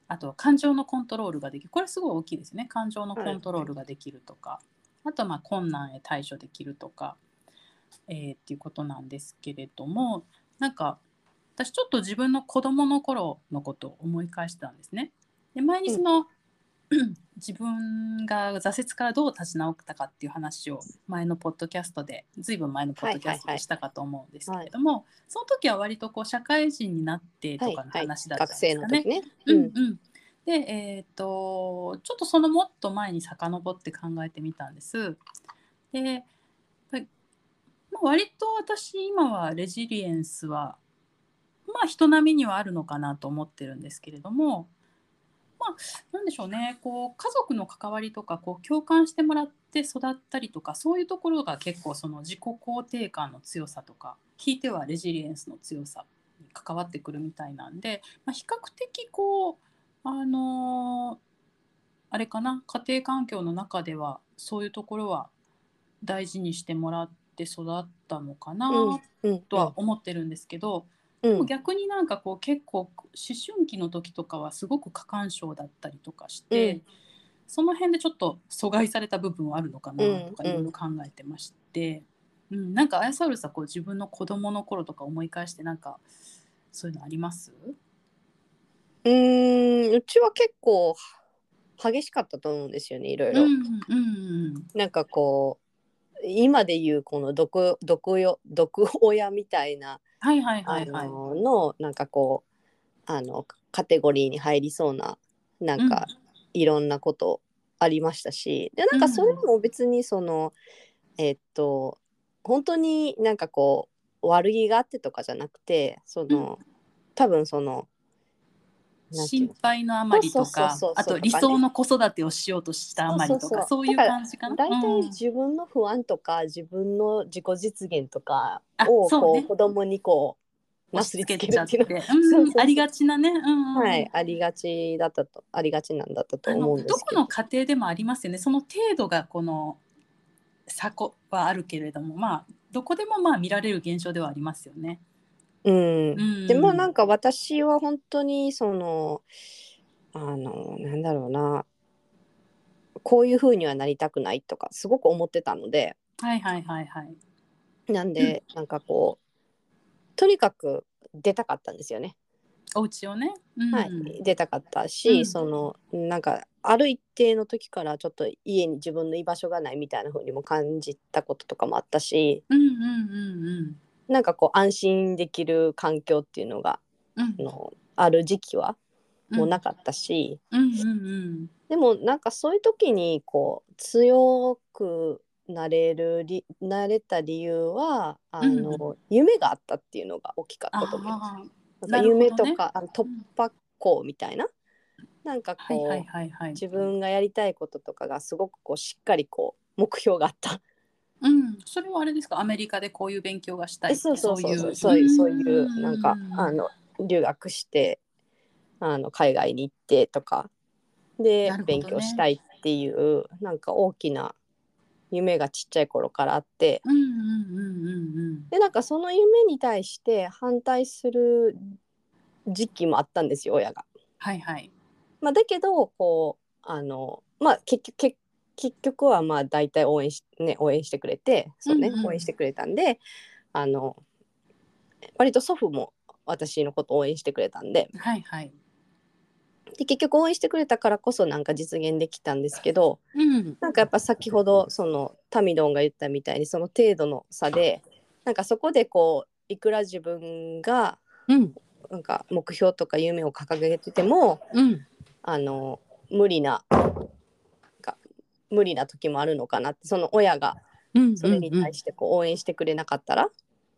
A: あと感情のコントロールができるこれすごい大きいですね感情のコントロールができるとか、あとはまあ困難へ対処できるとか、えーっていうことなんですけれどもなんか私ちょっと自分の子供の頃のことを思い返してたんですね。で前にその、自分が挫折からどう立ち直ったかっていう話を前のポッドキャストでずいぶん前のポッドキャストでしたかと思うんですけれども、その時は割とこう社会人になってとかの話だったん
B: 学
A: ですかね。
B: 生の時ね
A: うんうん、でえっ、とちょっとそのもっと前に遡って考えてみたんです。でまあ割と私今はレジリエンスはまあ人並みにはあるのかなと思ってるんですけれどもまあなんでしょうねこう家族の関わりとかこう共感してもらって育ったりとかそういうところが結構その自己肯定感の強さとかひいてはレジリエンスの強さに関わってくるみたいなんで、まあ、比較的こうあのーあれかな家庭環境の中ではそういうところは大事にしてもらって育ったのかな
B: うんうん
A: とは思ってるんですけど、
B: う
A: でも
B: ん
A: 逆になんかこう結構思春期の時とかはすごく過干渉だったりとかして、
B: うん
A: その辺でちょっと阻害された部分はあるのかなとか
B: うん
A: いろいろ考えてまして、うんなんかアヤサウルスはこう自分の子供の頃とか思い返してなんかそういうのあります
B: うーんうちは結構激しかったと思うんですよねいろいろ、
A: うんうん
B: なんかこう今で言うこの毒毒よ毒親みたいな
A: はいはいは
B: あ
A: いはい。
B: ののなんかこうあのカテゴリーに入りそうななんかいろんなことありましたし、でなんかそれも別にその、えっと本当になんかこう悪気があってとかじゃなくてその、多分そのなんていうの
A: 心配のあまりと
B: そうそ
A: か
B: うそうそう
A: あと理想の子育てをしようとしたあまりとか
B: そ
A: そう
B: そうそう
A: ういう感じかな。
B: 大
A: う
B: 体
A: ん
B: 自分の不安とか自分の自己実現とか
A: あ
B: を
A: そう
B: こ
A: ね
B: う子供にこうな
A: 押
B: す
A: し
B: り
A: 付
B: つ
A: け
B: け
A: ち
B: る
A: ゃっ
B: ってい
A: て、
B: うのそうそう
A: うん、ありがちなね、うんうんうん
B: ははいありがちだったとありがちなんだったと
A: あ
B: 思
A: の
B: うんで
A: ど
B: すけ
A: こ
B: ど
A: の家庭でもありますよねその程度がこの差こはあるけれどもまあどこでもまあ見られる現象ではありますよね。
B: うん
A: うん、
B: でもなんか私は本当にそのあのなんだろうなこういう風にはなりたくないとかすごく思ってたので
A: はいはいはいはい。
B: なんでなんかこうとにかく出たかったんですよね
A: お家をね。うん
B: はい、出たかったし、
A: うん
B: そのなんかある一定の時からちょっと家に自分の居場所がないみたいな風にも感じたこととかもあったし
A: うんうんうん
B: なんかこう安心できる環境っていうのが
A: うん
B: あのある時期は
A: うん。
B: もうなかったし、
A: うんうん
B: でもなんかそういう時にこう強くなれるりなれた理由はあの、夢があったっていうのが大きか
A: あ
B: ったと思います。
A: あ
B: なんか夢
A: な
B: と
A: るほど
B: か、あの突破口みたいななんか
A: はい
B: こう、
A: はいはいはい。
B: 自分がやりたいこととかがすごくこうしっかりこう目標があった、
A: うん、それはあれですか、アメリカでこういう勉強がしたい。
B: そうそうそうそう
A: そ
B: そう
A: うい
B: いう
A: う、
B: そういうなんかあ
A: の。
B: の留学してあの海外に行ってとかで、
A: なるほどね
B: 勉強したいっていうなんか大きな夢がちっちゃい頃からあって
A: うんうんうんうんうん。
B: でなんかその夢に対して反対する時期もあったんですよ親が。
A: はいはい。
B: まあ、だけどこうあの、まあ、結局結結局はまあ大体応援し,、ね、応援してくれてそう、ね
A: うんうん
B: 応援してくれたんであの割と祖父も私のことを応援してくれたんで
A: はいはい。
B: で結局応援してくれたからこそなんか実現できたんですけど
A: うん。
B: なんかやっぱ先ほどそのタミドンが言ったみたいにその程度の差でなんかそこでこういくら自分が
A: うん。
B: なんか目標とか夢を掲げてても
A: うん。
B: あの無理ななんか無理な時もあるのかなってその親が
A: うん。
B: それに対
A: して。
B: してこう応援してくれなかったら、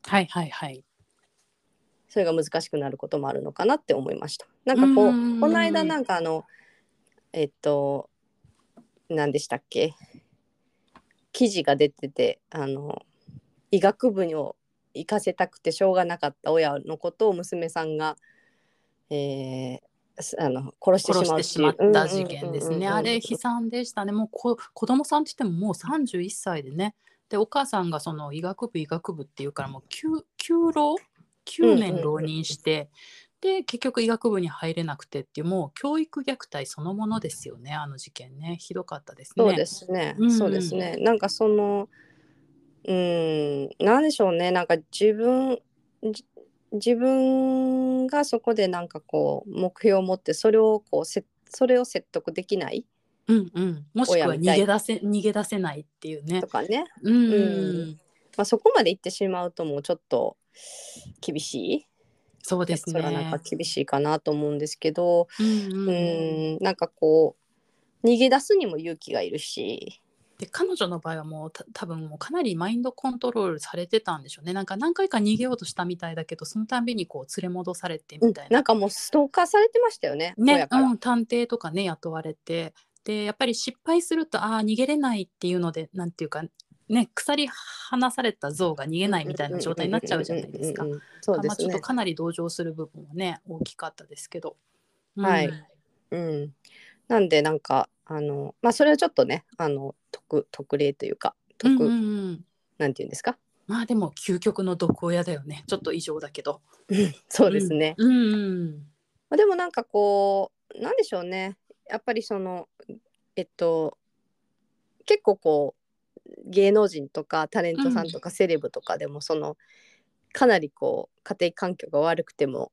A: はいはいはい。
B: それが難しくなることもあるのかなって思いました。なんかこう
A: うん
B: この間なんかあのえっと何でしたっけ記事が出ててあの医学部にを行かせたくてしょうがなかった親のことを娘さんが、えーあの殺してしま
A: 殺して
B: う
A: しま
B: ていう
A: った事件です
B: うんうんうん
A: ね。
B: うん
A: あれ悲惨でしたね。もうこ子供さんって言ってももう31歳でね。でお母さんがその医学部医学部っていうからもう9休老9年浪人して、で結局医学部に入れなくてっていうもう教育虐待そのものですよねあの事件ねひどかったですね。
B: そうですね、
A: うんうん
B: そうですねなんかそのうんなんでしょうねなんか自分じ自分がそこでなんかこう目標を持ってそれをこうせそれを説得できない
A: うんうん、もしくは
B: 親みた
A: 逃
B: い
A: げ出せ逃げ出せないっていうね
B: と。かね、
A: うん、
B: うんまあ、そこまで行ってしまうともうちょっと厳しい
A: そうです
B: それはなんか
A: ね。
B: 厳しいかなと思うんですけど
A: うんう
B: う
A: ん
B: んなんかこう逃げ出すにも勇気がいるし
A: で彼女の場合はもうた多分もうかなりマインドコントロールされてたんでしょうねなんか何回か逃げようとしたみたいだけどそのたんびにこう連れ戻されてみたい
B: な
A: な、
B: んかもうストーカーされてましたよね
A: ね
B: 親、から。
A: うん、探偵とかね雇われてでやっぱり失敗するとああ逃げれないっていうのでなんていうかね鎖離された像が逃げないみたいな状態になっちゃうじゃないですか
B: うん。うんうんうんうんうん。そうで
A: まあ
B: す
A: ちょっと
B: ね。
A: かなり同情する部分もね大きかったですけど。うん
B: はいうん。なんでなんかあのまあそれはちょっとねあの特特例というか
A: う
B: 特、
A: んうんうん、
B: なんていうんですか。
A: まあでも究極の毒親だよねちょっと異常だけど。
B: そうですね。
A: うんうん
B: まあでもなんかこうなんでしょうね。やっぱりそのえっと結構こう芸能人とかタレントさんとかセレブとかでもその、かなりこう家庭環境が悪くても。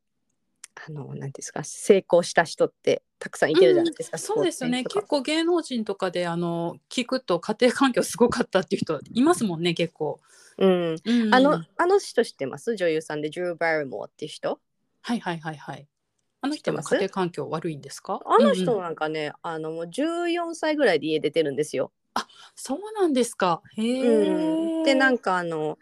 B: あのなんていうんですか成功した人ってたくさんいてるじゃないですか、ス
A: そ
B: ポ
A: う
B: ー
A: で
B: ツ
A: すよね
B: 選手とか
A: 結構芸能人とかであの聞くと家庭環境すごかったっていう人いますもんね結構、
B: うん、
A: うんうん
B: あの、あの人知ってます女優さんでジュー・バリモーっていう人
A: はいはいはいはいあの
B: 知って
A: 人も
B: ます
A: 家庭環境悪いんですか
B: あ
A: う
B: の
A: んう
B: 人
A: ん
B: なんかね、あのもう14歳ぐらいで家出てるんですよ。
A: そうなんですかへ
B: うん
A: え
B: でなん
A: か
B: かあの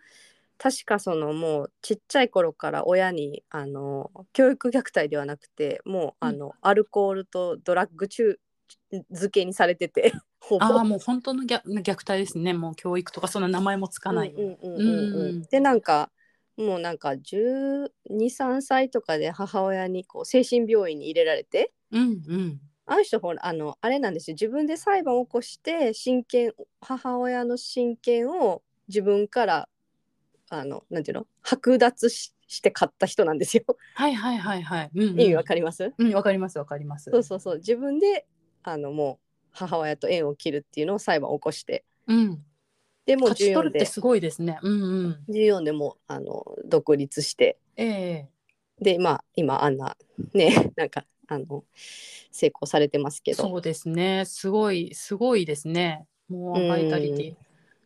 B: 確かそのもうちっちゃい頃から親にあの教育虐待ではなくても
A: う
B: う
A: ん
B: あの、アルコールとドラッグ中漬けにされてて <laughs> ほぼ。
A: ああもう本当の虐虐待ですねもう教育とかそんな名前もつかない、
B: うんうんうんうんう
A: うんん
B: でなんかもうなんか123歳とかで母親にこう精神病院に入れられて。
A: うんうん
B: あの人ほらあのあれなんですよ自分で裁判を起こして親権母親の親権を自分からあのなんていうの剥奪しして買った人なんですよ。
A: はいはいはいはい、うんうん、
B: 意味わかります、
A: うんわかりますわかります
B: そうそうそう自分であのもう母親と縁を切るっていうのを裁判を起こして
A: うん
B: でもう
A: 勝ち取る
B: 14
A: って
B: です
A: ごいですねうんうん
B: 14でもうあの独立して
A: ええ
B: でまあ今あんなねなんかあの成功されてますけど
A: そうですねすごいすごいですねも
B: う
A: うんバイタリティ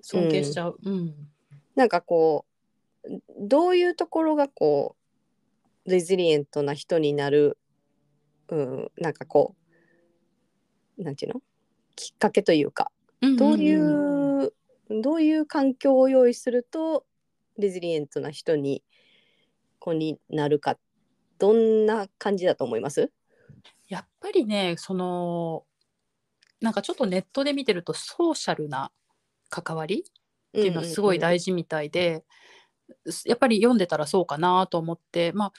A: 尊敬しちゃううん
B: なんかこうどういうところがこうレジリエントな人になる、うん、なんかこうなんていうのきっかけというか
A: うん
B: どうい
A: ん
B: う、どういう環境を用意するとレジリエントな人にこうになるかどんな感じだと思います
A: やっぱりねそのなんかちょっとネットで見てるとソーシャルな関わりっていうのはすごい大事みたいで、やっぱり読んでたらそうかなと思って、まあ、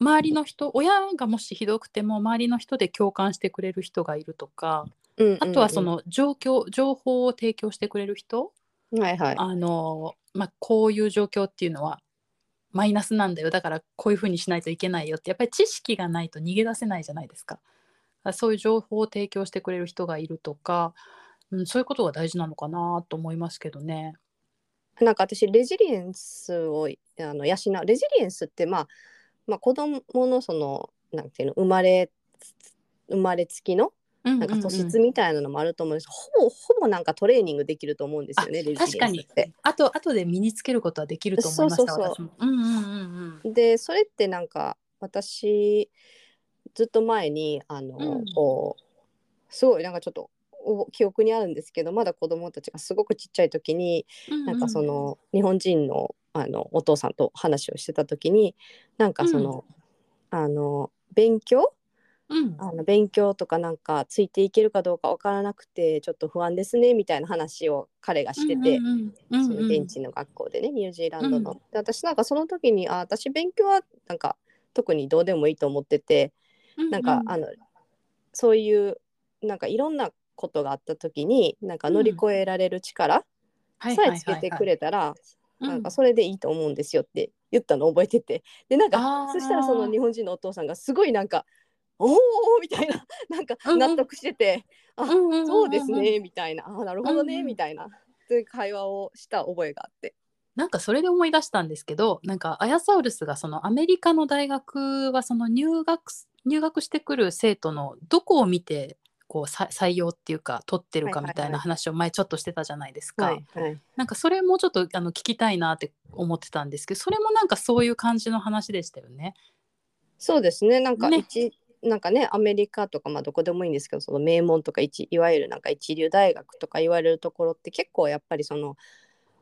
A: 周りの人親がもしひどくても周りの人で共感してくれる人がいるとか
B: うんうんうん
A: あとはそ、の状況情報を提供してくれる人、
B: はいはい、
A: あのまあ、こういう状況っていうのはマイナスなんだよだからこういうふうにしないといけないよってやっぱり知識がないと逃げ出せないじゃないですか。あそういう情報を提供してくれる人がいるとか、うん、そういうことが大事なのかなと思いますけどね。
B: なんか私レジリエンスをあの養うレジリエンスって、まあ、まあ子供のそのなんていうの生まれ生まれつきの
A: な
B: なんか素質みたいなのもあると思うんです、ほぼほぼなんかトレーニングできると思うんですよね
A: あ
B: レジリエンス
A: 確かに
B: って。
A: あと後で身につけることはできると思いました
B: そうそうそう
A: 私も。うんうんうんうん
B: でそれってなんか私ずっと前にあの、
A: うん
B: こうすごいなんかちょっとお記憶にあるんですけどまだ子供たちがすごくちっちゃい時に
A: うう
B: なんかその日本人のあのお父さんと話をしてた時になんかその,、あの勉強
A: うん
B: あの勉強とかなんかついていけるかどうかわからなくてちょっと不安ですねみたいな話を彼がしてて、
A: うんうんうん
B: そ
A: うんう
B: の
A: ん
B: 現地の学校でねニュージーランドの。
A: う
B: で私なんかその時にあ私勉強はなんか特にどうでもいいと思っててなんか、
A: う
B: あのそういうなんかいろんなことがあった時になんか乗り越えられる力
A: はい
B: さ
A: はい
B: え
A: はい
B: つけてく
A: はい
B: れたら、
A: うん
B: なんかそれでいいと思うんですよって言ったの覚えててでなん
A: あ
B: か
A: ー
B: そしたらその日本人のお父さんがすごいなんか「おーおーみたいな <laughs> なんか
A: うんうん
B: 納得してて「
A: うんうんん
B: あ
A: ん
B: そうですね」みたいな「あーなるほど
A: うんう
B: ね」
A: ん
B: みたいなそういう会話をした覚えがあって。
A: なんかそれで思い出したんですけどなんかアヤサウルスがそのアメリカの大学はその入学す入学してくる生徒のどこを見てこうさ採用っていうか取ってるかみた
B: はい
A: いな
B: はいは
A: い話を前ちょっとしてたじゃないですか、
B: はい
A: なんかそれもちょっとあの聞きたいなって思ってたんですけどそれもなんかそういう感じの話でしたよね。
B: そうですねなんか
A: ね
B: 一、なんかねアメリカとかまあどこでもいいんですけどその名門とか一いわゆるなんか一流大学とか言われるところって結構やっぱりその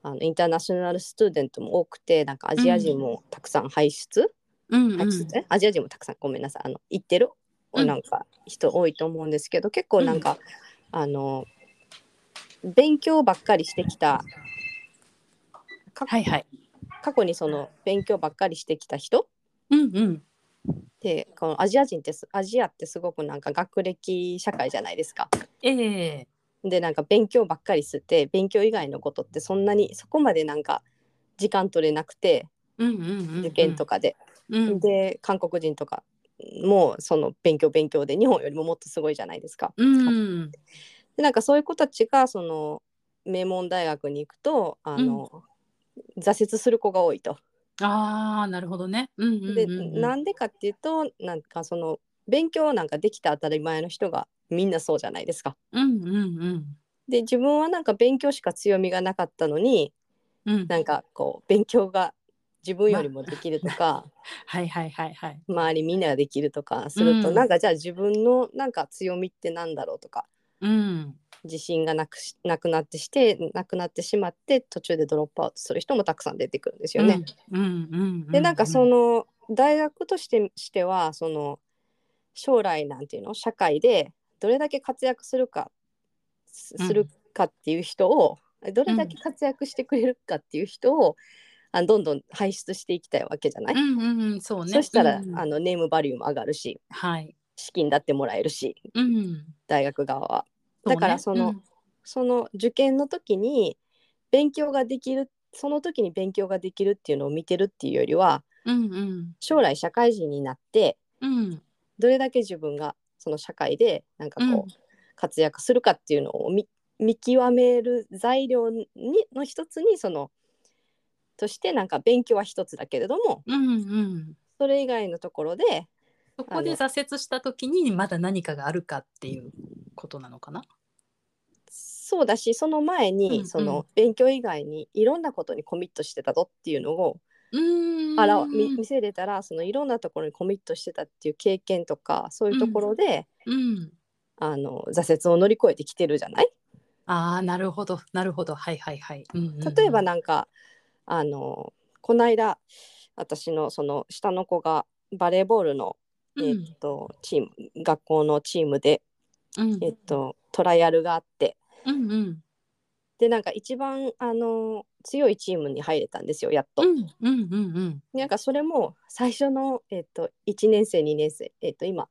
B: あのインターナショナルスチューデントも多くてなんかアジア人もたくさん輩出、
A: うんうん
B: 輩出えアジア人もたくさんごめんなさいあの行ってる、
A: うん
B: なんか人多いと思うんですけど結構なんか、あの勉強ばっかりしてきた過去
A: はいはい。
B: 過去にその勉強ばっかりしてきた人
A: うんうん。
B: でこのアジア人ってすアジアってすごくなんか学歴社会じゃないですか。
A: ええ
B: でなんか勉強ばっかりしてて勉強以外のことってそんなにそこまでなんか時間取れなくて
A: うんうんうん、うん。
B: 受験と
A: か。
B: かで。
A: うん、
B: で韓国人とかもその勉強勉強で日本よりももっとすごいじゃないですか。
A: うん。
B: でなんかそういう子たちがその名門大学に行くとあの、挫折する子が多いと。
A: ああ、なるほどね。うんうんうん、
B: で
A: うん。
B: なんでかっていうとなんかその勉強なんかできた当たり前の人がみんなそうじゃないですか。
A: うんうん
B: で自分はなんか勉強しか強みがなかったのに
A: うん。うん。
B: なんかこう勉強が自分よりもできるとか、
A: はいはいはいはい。
B: 周りみんなができるとかすると、
A: うん
B: なんかじゃあ自分のなんか強みってなんだろうとか
A: うん。
B: 自信がなくしなくなってしてなくなってしまって途中でドロップアウトする人もたくさん出てくるんですよね。。
A: うんうんうん、うん。
B: でなんかそ。の大学としてしてはその将来なんていうの社会でどれだけ活躍するかす
A: うん
B: するかっていう人を、どれだけ活躍してくれるかっていう人を、あどんどん輩出していきたいわけじゃない、
A: うんうんうん、そうね。
B: そしたら、
A: うんうん
B: あのネームバリューも上がるし
A: はい。
B: 資金だってもらえるし
A: うん。
B: 大学側は。
A: うね
B: だからその、その受験の時に勉強ができるその時に勉強ができるっていうのを見てるっていうよりは
A: うん、うん
B: 将来社会人になって
A: うん。うん。
B: どれだけ自分がその社会でなんか
A: うん
B: こう活躍するかっていうのを見見極める材料にの一つにそのとしてなんか勉強は一つだけれども
A: うんうん。
B: それ以外のところで
A: そこで挫折した時にまだ何かがあるかっていうことなのかな
B: そうだしその前に、
A: うんうん
B: その勉強以外にいろんなことにコミットしてたぞっていうのを
A: うーん
B: あら見見せれたらそのいろんなところにコミットしてたっていう経験とかそういうところで、
A: うん
B: あの挫折を乗り越えてきてるじゃない
A: ああなるほどなるほどはいはいはい、うんうんうん
B: 例えばなんか、あのこの間私のその下の子がバレーボールの、
A: うん
B: えっとチーム学校のチームで、
A: うん
B: えっとトライアルがあって
A: うんうん
B: でなんか一番あの強いチームに入れたんですよやっと。
A: うんうんうんうん
B: なんかそれも最初の、えっと1年生2年生、えっと今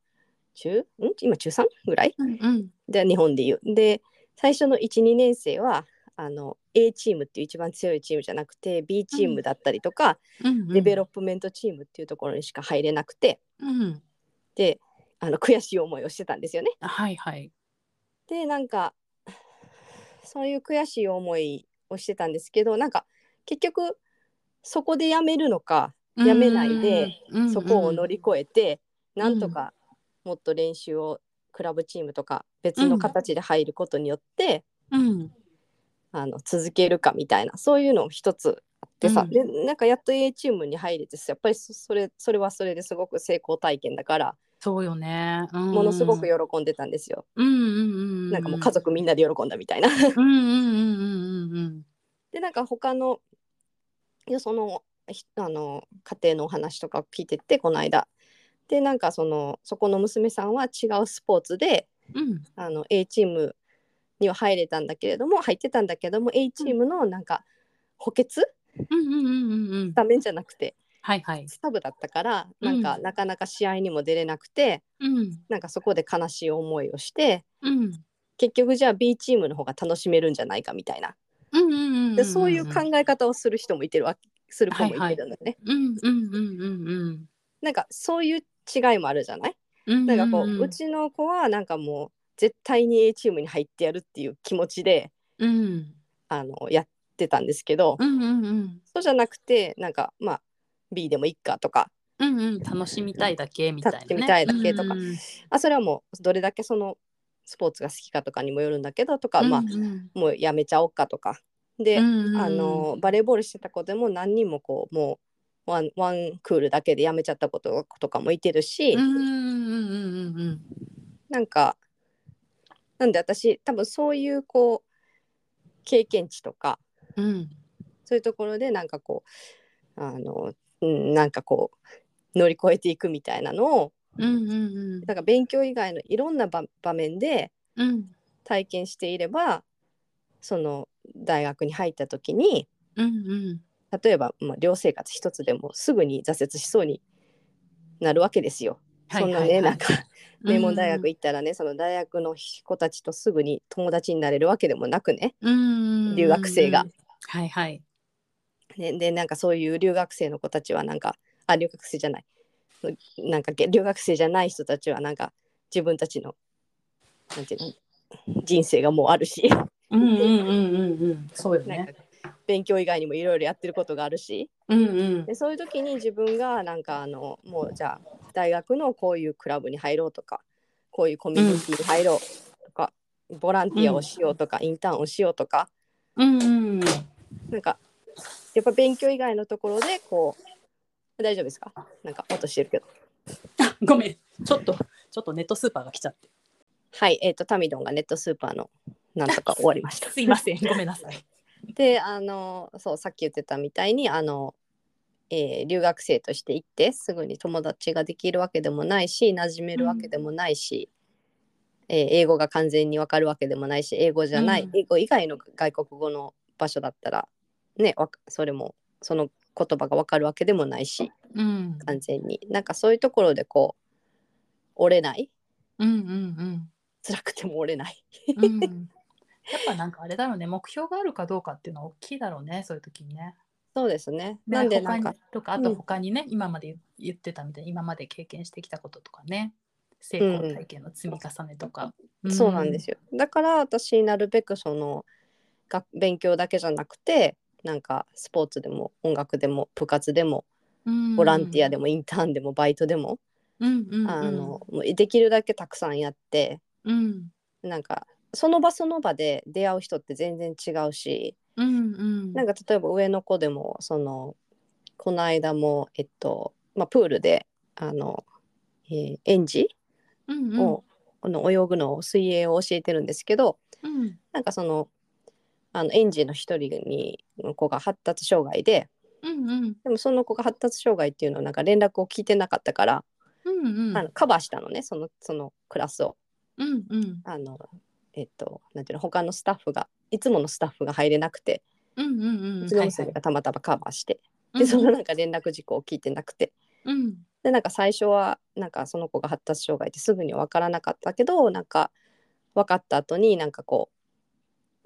B: 中ん今中 3? ぐらい
A: うんうん
B: で日本で言う。で最初の12年生はあの A チームっていう一番強いチームじゃなくて B チームだったりとか、
A: うんうん
B: デベロップメントチームっていうところにしか入れなくて
A: うん
B: であの悔しい思いをしてたんですよね。
A: はいはい
B: でなんかそういう悔しい思いをしてたんですけどなんか結局そこでやめるのかやめないで
A: うんうんうん
B: そこを乗り越えて、
A: ん
B: なんとかもっと練習をクラブチームとか別の形で入ることによって、
A: うん
B: あの続けるかみたいなそういうのも一つあってさ、
A: うん
B: でなんかやっと A チームに入れてやっぱりそそれそれはそれですごく成功体験だから
A: そうよね、うん
B: ものすごく喜んでたんですよ。
A: うんうんうん
B: なんかもう家族みんなで喜んだみたいな。 <laughs>
A: うんうんうんうんうん
B: でなんか他のいやそのひあの家庭のお話とか聞いててこの間でなんかそのそこの娘さんは違うスポーツで
A: うんうん
B: あの A チームには入れたんだけれども入ってたんだけども A チームのなんか補欠
A: うんうんうんうんうん
B: ダメじゃなくて
A: はいはい
B: サブだったから
A: う
B: なんんか、なかなか試合にも出れなくて
A: うん
B: なんかそこで悲しい思いをして
A: うん
B: 結局じゃあ B チームの方が楽しめるんじゃないかみたいな
A: うんうんうんうん
B: でそういう考え方をする人もいてるわけする子もいてるんだよね。
A: うんうんうんうん
B: なんかそういう違いもあるじゃない
A: うん
B: なんかこう,、う
A: うん
B: ちの子はなんかもう絶対に A チームに入ってやるっていう気持ちで
A: うん
B: あのやってたんですけど、
A: うんうんうん
B: そうじゃなくてなんかまあ B でもいいかとか
A: うんうん楽しみたいだけみたいなね
B: 楽しみたいだけとか
A: うんうん
B: あそれはもうどれだけそのスポーツが好きかとかにもよるんだけどとか、ま
A: う
B: あ
A: んうん
B: もうやめちゃおうかとかで、
A: うんうん
B: あのバレーボールしてた子でも何人もこうもうワンワンクールだけでやめちゃった子ととかもいてるし、
A: うんうんうんうんうん
B: なんかなんで私多分そういうこう経験値とか
A: うん
B: そういうところでなんかこうあの、うん、なんかこう乗り越えていくみたいなのを
A: うんうん
B: なんか勉強以外のいろんな場場面で
A: うんうん
B: 体験していればその大学に入った時に
A: うんうん
B: 例えば、まあ、寮生活一つでもすぐに挫折しそうになるわけですよ。
A: はいはい
B: そんな
A: は
B: ね
A: い
B: なんか名門大学行ったらね、その大学の子たちとすぐに友達になれるわけでもなくね
A: うん
B: 留学生が
A: はいはい
B: ねでなんかそういう留学生の子たちはなんかあ留学生じゃないなんかげ留学生じゃない人たちはなんか自分たちのなんていうの人生がもうあるし、
A: うんうんうんうんうんそうよ
B: なん
A: ね
B: か勉強以外にもいろいろやってることがあるし
A: うんうん
B: でそういう時に自分がなんかあのもうじゃあ大学のこういうクラブに入ろうとかこういうコミュニティに入ろうとか、ボランティアをしようとか、インターンをしようとか
A: うんうん
B: なんかやっぱ勉強以外のところでこう大丈夫ですかなんか音してるけど
A: ごめんちょっとちょっとネットスーパーが来ちゃって
B: はいえっ、とタミドンがネットスーパーのなんとか終わりました
A: すいませんごめんなさい
B: であのそうさっき言ってたみたいにあの、えー留学生として行ってすぐに友達ができるわけでもないし馴染めるわけでもないし、えー英語が完全にわかるわけでもないし英語じゃない、
A: うん
B: 英語以外の外国語の場所だったらねわかそれもその言葉がわかるわけでもないし
A: うん
B: 完全になんかそういうところでこう折れない
A: うんうん
B: 辛くても折れない <laughs>
A: うんうんやっぱなんかあれだろうね目標があるかどうかっていうのは大きいだろうねそういう時にね。
B: そうですね
A: ね
B: なんでなん
A: 他
B: か
A: にとかあ
B: う
A: と
B: ん
A: 他にね、今まで言ってたみたいに今まで経験してきたこととかね成功体験の積み重ねとか、
B: そうなんです
A: よ。
B: よだから私なるべくそのが勉強だけじゃなくてなんかスポーツでも音楽でも部活でもボランティア
A: で
B: でもインターンでもバイトでも、
A: うんうんうん、
B: あのもうできるだけたくさんやって
A: うん
B: なんかその場その場で出会う人って全然違うし
A: うんうん
B: なんか例えば上の子でもそのこの間もえっと、まあ、プールであの、えー園児
A: うんうん
B: を、あの泳ぐのを水泳を教えてるんですけど
A: うん
B: なんかそのあの園児の一人にの子が発達障害で
A: うんうん
B: でもその子が発達障害っていうのをなんか連絡を聞いてなかったから、
A: うんうん
B: あのカバーしたのねそのそのクラスを。
A: うんうん
B: あのえっと、なんていうの他のスタッフがいつものスタッフが入れなくて、
A: うんうんうん
B: うちの
A: はいは
B: 娘
A: い
B: がたまたまカバーして、
A: うん
B: でそのなんか連絡事項を聞いてなくて
A: うん
B: でなんか最初はなんかその子が発達障害ってすぐには分からなかったけどなんか分かった後になんかこ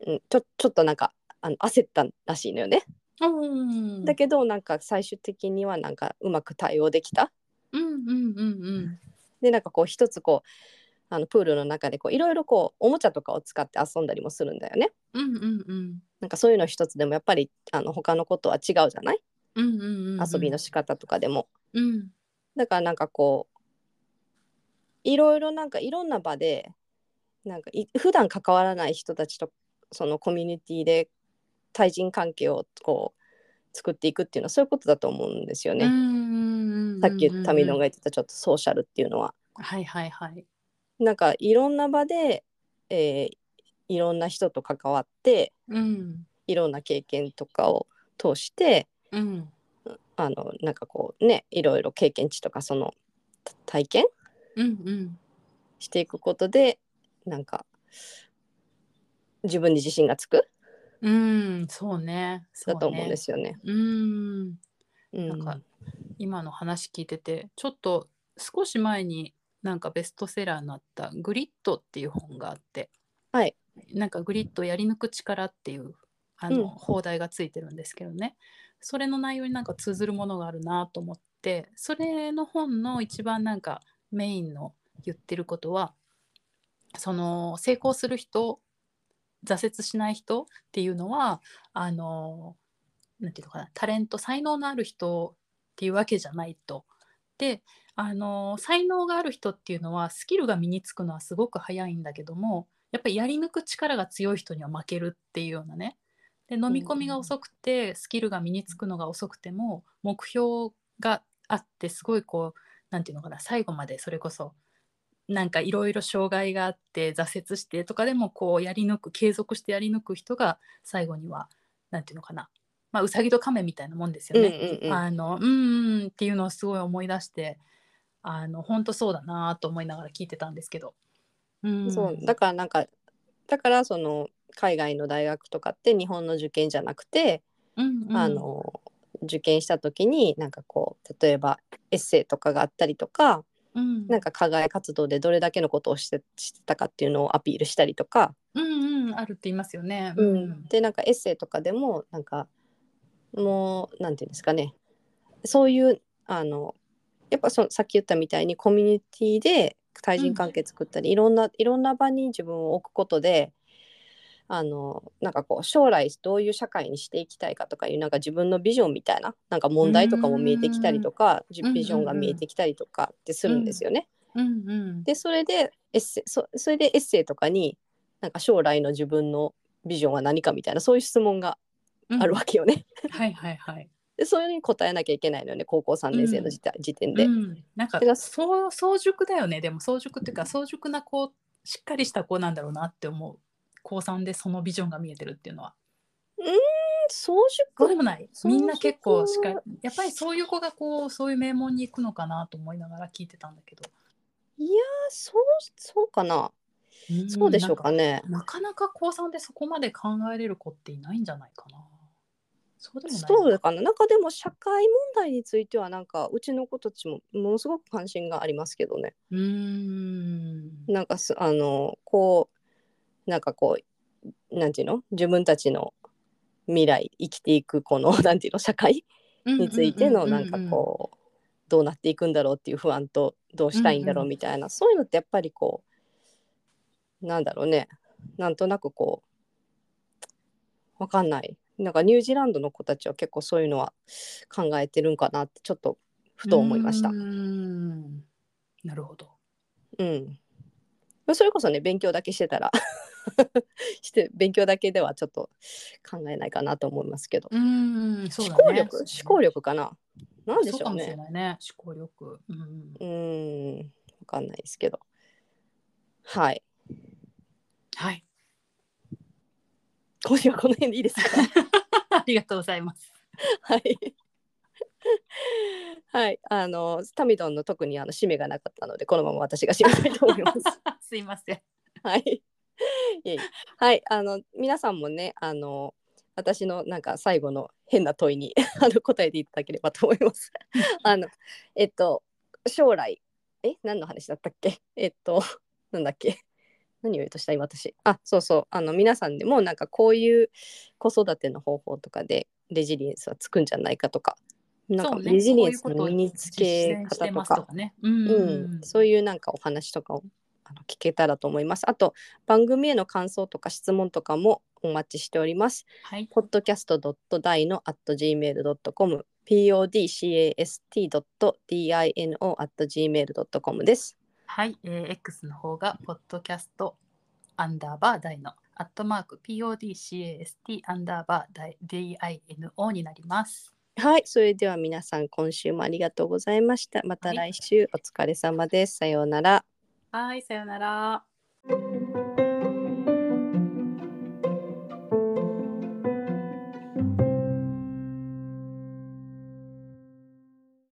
B: う、うん、ちょちょっとなんかあの焦ったらしいのよね、
A: うん
B: だけどなんか最終的にはなんかうまく対応できた
A: うんうんうんうん
B: でなんかこう一つこうあのプールの中でこういろいろこうおもちゃとかを使って遊んだりもするんだよね。
A: うんうんうん
B: なんかそういうの一つでもやっぱりあの他のことは違うじゃない
A: うんうんうん
B: 遊びの仕方とかでも。
A: うん
B: だからなんかこういろいろなんかいろんな場でなんかい普段関わらない人たちとそのコミュニティで対人関係をこう作っていくっていうのはそういうことだと思うんですよ
A: うん
B: ね。
A: うんうん
B: さっき民野が言ってたちょっとソーシャルっていうのは。
A: はいはいはい
B: なんかいろんな場で、えーいろんな人と関わって
A: うん
B: いろんな経験とかを通して
A: うん
B: あのなんかこうねいろいろ経験値とかそのた体験
A: うんうん
B: していくことでなんか自分に自信がつく
A: うんそうねそう
B: だ
A: ね
B: と思うんですよね。
A: うん
B: うん
A: なんか今の話聞いててちょっと少し前になんかベストセラーになった「グリッド」っていう本があって、
B: はい、
A: なんか「グリッドやり抜く力」っていうあの、
B: うん
A: 放題がついてるんですけどねそれの内容になんか通ずるものがあるなと思ってそれの本の一番なんかメインの言ってることはその成功する人挫折しない人っていうのはあのなんていうのかなタレント才能のある人っていうわけじゃないと。であの才能がある人っていうのはスキルが身につくのはすごく早いんだけどもやっぱりやり抜く力が強い人には負けるっていうようなねで飲み込みが遅くてスキルが身につくのが遅くても目標があってすごいこうなんていうのかな最後までそれこそなんかいろいろ障害があって挫折してとかでもこうやり抜く継続してやり抜く人が最後にはなんていうのかな、まあ、うさぎと亀みたいなもんですよね。
B: うんうんうん
A: あのうんうんっていうのをすごい思い出してあの本当そうだなと思いながら聞いてたんですけど。うん、
B: そうだからなんかだからその海外の大学とかって日本の受験じゃなくて、
A: うんうん
B: あの受験した時になんかこう例えばエッセイとかがあったりとか
A: うん
B: なんか課外活動でどれだけのことをしてしてたかっていうのをアピールしたりとか、
A: うんうんあるって言いますよね。
B: うん、でなんかエッセイとかでもなんかもうなんていうんですかねそういうあのやっぱそさっき言ったみたいにコミュニティで対人関係作ったり、いろんないろんな場に自分を置くことであのなんかこう将来どういう社会にしていきたいかとかいうなんか自分のビジョンみたいななんか問題とかも見えてきたりとかじ
A: んうん
B: ビジョンが見えてきたりとかってするんですよね。
A: うんうん
B: でそれでエッセイそそれでエッセイとかになんか将来の自分のビジョンは何かみたいなそういう質問が
A: うん
B: あるわけよね。 <laughs>
A: はいはいはい。
B: でそういうのに答えなきゃいけないのよね高校3年生の時,、時点で。
A: うん、なんか
B: てか
A: そう早熟だよねでも早熟っていうか早熟な子しっかりした子なんだろうなって思う高3でそのビジョンが見えてるっていうのは
B: 早
A: そうで
B: 熟
A: もない
B: 早熟
A: みんな結構しっかりやっぱりそういう子がこうそういう名門に行くのかなと思いながら聞いてたんだけど、
B: いやそうそうかな、そうでしょうかね。
A: なんかなかなか高3でそこまで考えれる子っていないんじゃないかなそうでもない
B: そうかななんかでも社会問題についてはなんかうちの子たちもものすごく関心がありますけどね
A: うーん
B: なんかすあのこうなんかこうなんていうの自分たちの未来生きていくこの <laughs> なんていうの社会についてのなんかこうどうなっていくんだろうっていう不安とどうしたいんだろうみたいな、そういうのってやっぱりこうなんだろうねなんとなくこうわかんないなんかニュージーランドの子たちは結構そういうのは考えてるんかなってちょっとふと思いました。
A: うーんなるほど。
B: うん、それこそね勉強だけしてたら <laughs> して勉強だけではちょっと考えないかなと思いますけど、
A: うーん、そうだ
B: 思
A: ね。
B: 考力思考力かななんで
A: そう
B: し
A: か
B: ょう
A: もしれ
B: ね
A: ないね。思考力。うん
B: う、んわかんないですけどはい <laughs>
A: はい。
B: 今週はこの辺でいいですか
A: ありがとうございます。
B: はい <laughs> はいあのタミドンの特にあの締めがなかったのでこのまま私が締めたいと思います
A: すいません。
B: <laughs> はい。いえいえはい、あの皆さんもね、あの私のなんか最後の変な問いに <laughs> あの答えていただければと思い
A: <laughs>
B: ます。あのえっと将来え何の話だったっけ？えっとなんだっけ？何を言うとした今私。あ、そうそう。あの皆さんでもなんかこういう子育ての方法とかでレジリエンスはつくんじゃないかとか、なん
A: そ
B: か
A: うね
B: レジリエンス
A: こういうこ
B: の
A: と
B: 身につ
A: 実
B: け
A: 践して
B: 方と
A: ます
B: か
A: と。かね。うん
B: うん、そういうなんかお話とかをあの聞けたらと思います。あと番組への感想とか質問とかもお待ちしております。
A: はい。
B: podcast.dino.gmail.com podcast.dino.gmail.com です。
A: はい、えー X の方が、ポッドキャストアンダーバー大の、アットマーク、PODCAST アンダーバー DINO になります。
B: はい、それでは皆さん今週もありがとうございました。また
A: はい
B: 来週お疲れ様です。さようなら。
A: はい、さよなら。